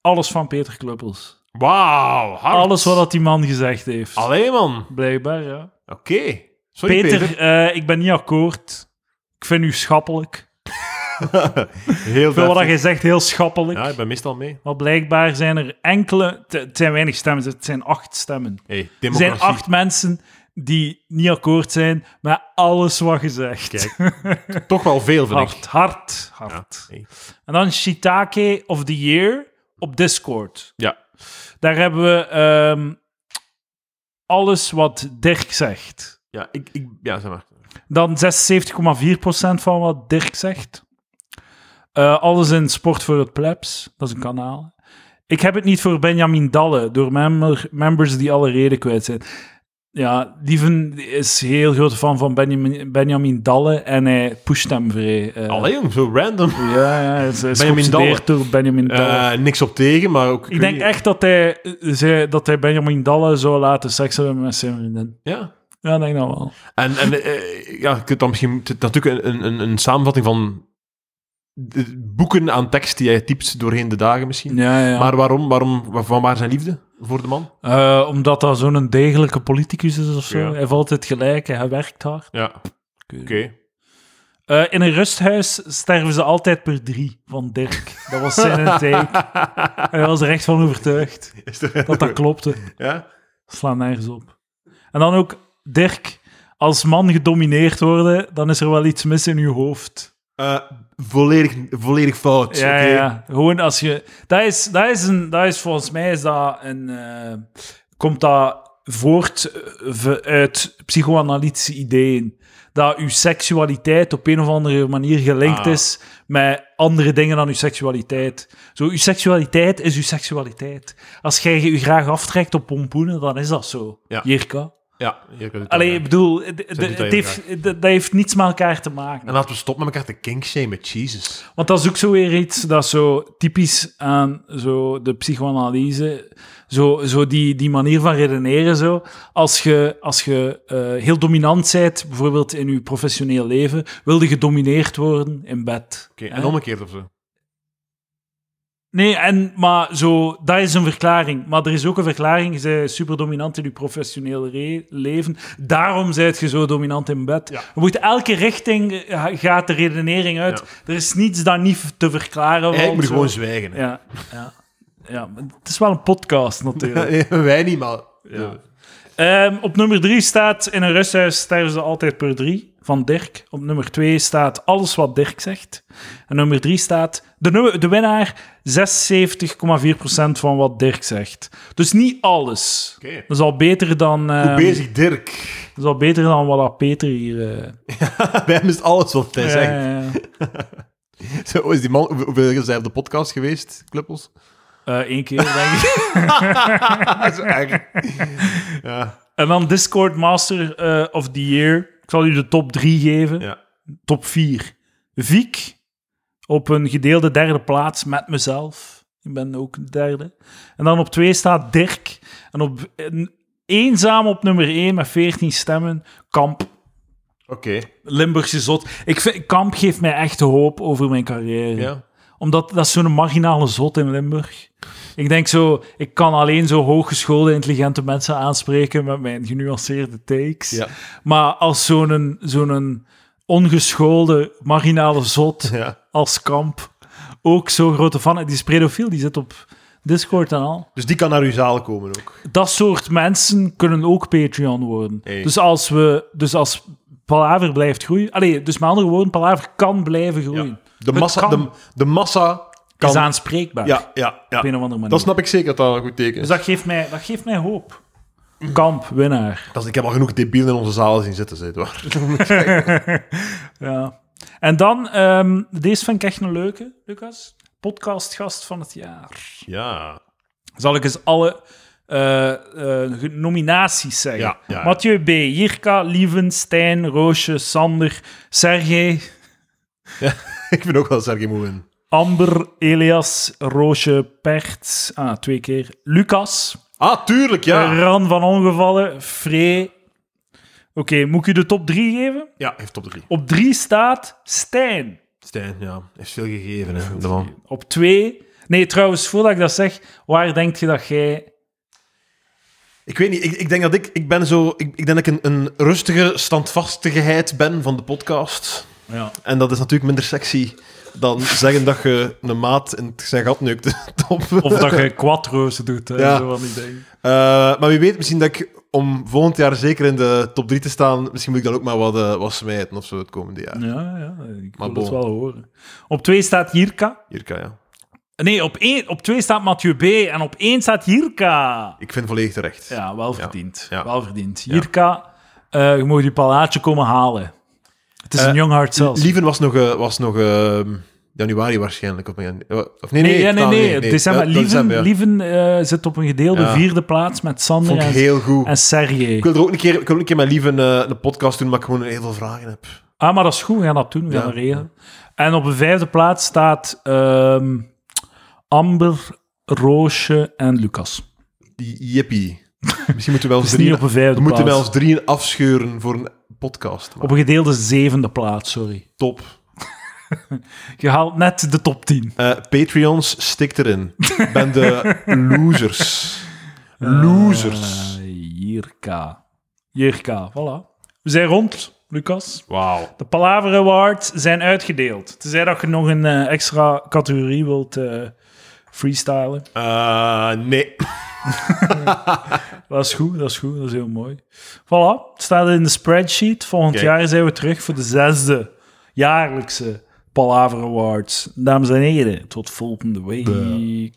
Alles van Peter Kluppels. Wauw, hard. Alles wat dat die man gezegd heeft. Allee, man. Blijkbaar, ja. Oké. Sorry, Peter, Peter. eh, ik ben niet akkoord. Ik vind u schappelijk. Ik Heel vind wat deftig. je zegt heel schappelijk. Ja, ik ben meestal mee. Maar blijkbaar zijn er enkele... t- Het zijn weinig stemmen, het zijn acht stemmen. Hey, Er zijn democratie. acht mensen die niet akkoord zijn met alles wat gezegd. Kijk, Toch wel veel, vind ik. Hard, hard, hard. Ja. Hey. En dan Shiitake of the Year op Discord. Ja. Daar hebben we ehm, alles wat Dirk zegt. Ja, ik, ik, ja, zeg maar. Dan 76,4% van wat Dirk zegt. Eh, alles in Sport voor het Plebs. Dat is een kanaal. Ik heb het niet voor Benjamin Dalle. Door member- members die alle reden kwijt zijn. Ja, Lieven is heel grote fan van Benjamin, Benjamin Dalle. En hij pusht hem vrij. eh. Allee, jong, zo random. Ja, ja. Hij is, hij is Benjamin Dalle. geobsedeerd door Benjamin Dalle. Eh, niks op tegen, maar ook... Ik denk echt dat hij, eh, zei, dat hij Benjamin Dalle zou laten seks hebben met zijn vriendin. Ja. Ja, ik denk dat wel. En, en eh, ja, je kunt dan misschien... Het is natuurlijk een, een, een samenvatting van de boeken aan tekst die jij typt doorheen de dagen misschien. Ja, ja. Maar waarom, waarom, van waar zijn liefde voor de man? Eh, omdat dat zo'n degelijke politicus is of zo. Ja. Hij heeft altijd gelijk, hij werkt hard. Ja, oké. Eh, in een rusthuis sterven ze altijd per drie van Dirk. Dat was zijn take. Hij was er echt van overtuigd Is er- dat dat klopte. Ja? Slaan nergens op. En dan ook Dirk. Als man gedomineerd worden, dan is er wel iets mis in uw hoofd. Eh, volledig, volledig fout. Ja, oké. ja, ja. Gewoon als je... Dat is, dat is, een, dat is volgens mij is dat een... eh, komt dat voort eh, v- uit psychoanalytische ideeën. Dat uw seksualiteit op een of andere manier gelinkt Ah. is met andere dingen dan uw seksualiteit. Zo, uw seksualiteit is uw seksualiteit. Als jij je graag aftrekt op pompoenen, dan is dat zo. Ja. Jirka. Ja, hier kan het Allee, ook, ik ja. bedoel, d- d- doet dat het heel heeft- d- dat heeft niets met elkaar te maken. En laten we stoppen met elkaar te kinkshamen, Jesus. Want dat is ook zo weer iets dat zo typisch aan zo de psychoanalyse, zo, zo die, die manier van redeneren. Zo. Als je, als je eh, heel dominant bent, bijvoorbeeld in je professioneel leven, wilde gedomineerd worden in bed. Oké, Hè? en omgekeerd of zo. Nee, en, maar zo, dat is een verklaring. Maar er is ook een verklaring. Je bent super dominant in je professionele re- leven. Daarom zijt je zo dominant in bed. Ja. Je moet elke richting eh, ga- gaat de redenering uit. Er is niets dat niet te verklaren Eigenlijk valt, moet je zo. gewoon zwijgen. hè. Ja, ja. ja maar het is wel een podcast natuurlijk. Nee, wij niet, maar... Ja. Ehm, op nummer 3 staat In een rusthuis sterven ze altijd per drie van Dirk. Op nummer 2 staat Alles wat Dirk zegt. En nummer 3 staat de, nummer, de winnaar 76,4% van wat Dirk zegt. Dus niet alles. Oké. Dat is al beter dan, ehm, Goed bezig, Dirk. Dat is al beter dan wat dat Peter hier. eh Bij hem is alles wat hij ja, zegt. ja, ja. Zo, is die man, hoe- hoeveel keer is hij op de podcast geweest, Kluppels? Eh, één keer, denk ik. Ah, Dat is erg. ja, En dan Discord Master eh, of the Year. Ik zal u de top 3 geven. Ja. Top 4. Viek op een gedeelde derde plaats met mezelf. Ik ben ook derde. En dan op 2 staat Dirk. En op en eenzaam op nummer 1 met 14 stemmen. Kamp. oké. Limburgse zot. Ik vind, Kamp geeft mij echt hoop over mijn carrière. Ja. Omdat dat is zo'n marginale zot in Limburg. Ik denk zo, ik kan alleen zo hooggeschoolde, intelligente mensen aanspreken met mijn genuanceerde takes. Ja. Maar als zo'n zo'n ongeschoolde, marginale zot Ja. als kamp ook zo'n grote fan, die is pedofiel, die zit op Discord en al. Dus die kan naar uw zaal komen ook. Dat soort mensen kunnen ook Patreon worden. Hey. Dus als we, dus als Palaver blijft groeien, allee, dus met andere woorden, Palaver kan blijven groeien. De, Het massa, kan. de, de massa kan... Is aanspreekbaar ja, ja, op een ja. of andere manier. Dat snap ik zeker dat dat een goed teken is. Dus dat geeft, mij, dat geeft mij hoop. Kamp, winnaar. Dat is- ik heb al genoeg debielen in onze zalen zien zitten, zeg maar. Ja. En dan, ehm, deze vind ik echt een leuke, Lucas. Podcastgast van het jaar. Ja. Zal ik eens alle eh, eh, nominaties zeggen? Ja, ja, ja. Mathieu B., Jirka, Lieven, Stijn, Roosje, Sander, Sergej, Ik vind ook wel Sergej Moeven. Amber, Elias, Roosje, Pert, ah, twee keer, Lucas, Ah, tuurlijk, ja. Ran van Ongevallen, Free. Oké, moet ik u de top 3 geven? Ja, heeft top 3. Op 3 staat Stijn. Stijn, ja. Heeft veel gegeven, hè. De man. Op 2. Nee, trouwens, voordat ik dat zeg, waar denk je dat jij. Ik weet niet, ik, ik denk dat ik... Ik ben zo... Ik, ik denk dat ik een, een rustige standvastigheid ben van de podcast. Ja. En dat is natuurlijk minder sexy dan zeggen dat je een maat in zijn gat neukt. Top. Of dat je quattro's doet, hè, Ja. zo van die dingen. Eh, maar wie weet, misschien dat ik om volgend jaar zeker in de top 3 te staan, misschien moet ik dan ook maar wat, eh, wat smijten of zo het komende jaar. Ja, ja, ik Maar wil het bon. wel horen. Op 2 staat Jirka. Hier kan, ja. Nee, op 2 op twee staat Mathieu B. En op 1 staat Jirka. Ik vind volledig terecht. Ja, wel verdiend. Ja. Wel verdiend. Jirka, eh, je mag je palaatje komen halen. Het is Eh, een young hart zelfs. Lieven was nog, eh, was nog ehm, januari waarschijnlijk. Of, begin- of Nee, nee, nee, nee, nee. totaal nee, niet. December. Ja, Lieven, december, ja. Lieven eh, zit op een gedeelde Ja. vierde plaats met Sander Vond ik en, heel goed. en Sergej. Ik wil er ook een keer, ik wil ook een keer met Lieven eh, een podcast doen, maar ik gewoon heel veel vragen heb. Ah, maar dat is goed. We gaan dat doen. We gaan Ja. dat regelen. En op de vijfde plaats staat ehm, Amber, Roosje en Lucas. Die jippie. Misschien moeten we wel Dat is eens niet drieën, op een we vijfde moeten wel plaats. eens drieën afscheuren voor een podcast. Maar Op een gedeelde zevende plaats, sorry. top. Je haalt net de top 10. Eh, Patreons, stik erin. Ik ben de losers. Losers. Eh, Jirka. Jirka, voilà. We zijn rond, Lucas. Wauw. De Palaver Awards zijn uitgedeeld. Tenzij dat je nog een eh, extra categorie wilt eh, freestylen. Eh, nee. Dat is goed, dat is goed, dat is heel mooi. Voilà, het staat in de spreadsheet. Volgend Kijk. jaar zijn we terug voor de zesde jaarlijkse Palaver Awards. Dames en heren, tot volgende week.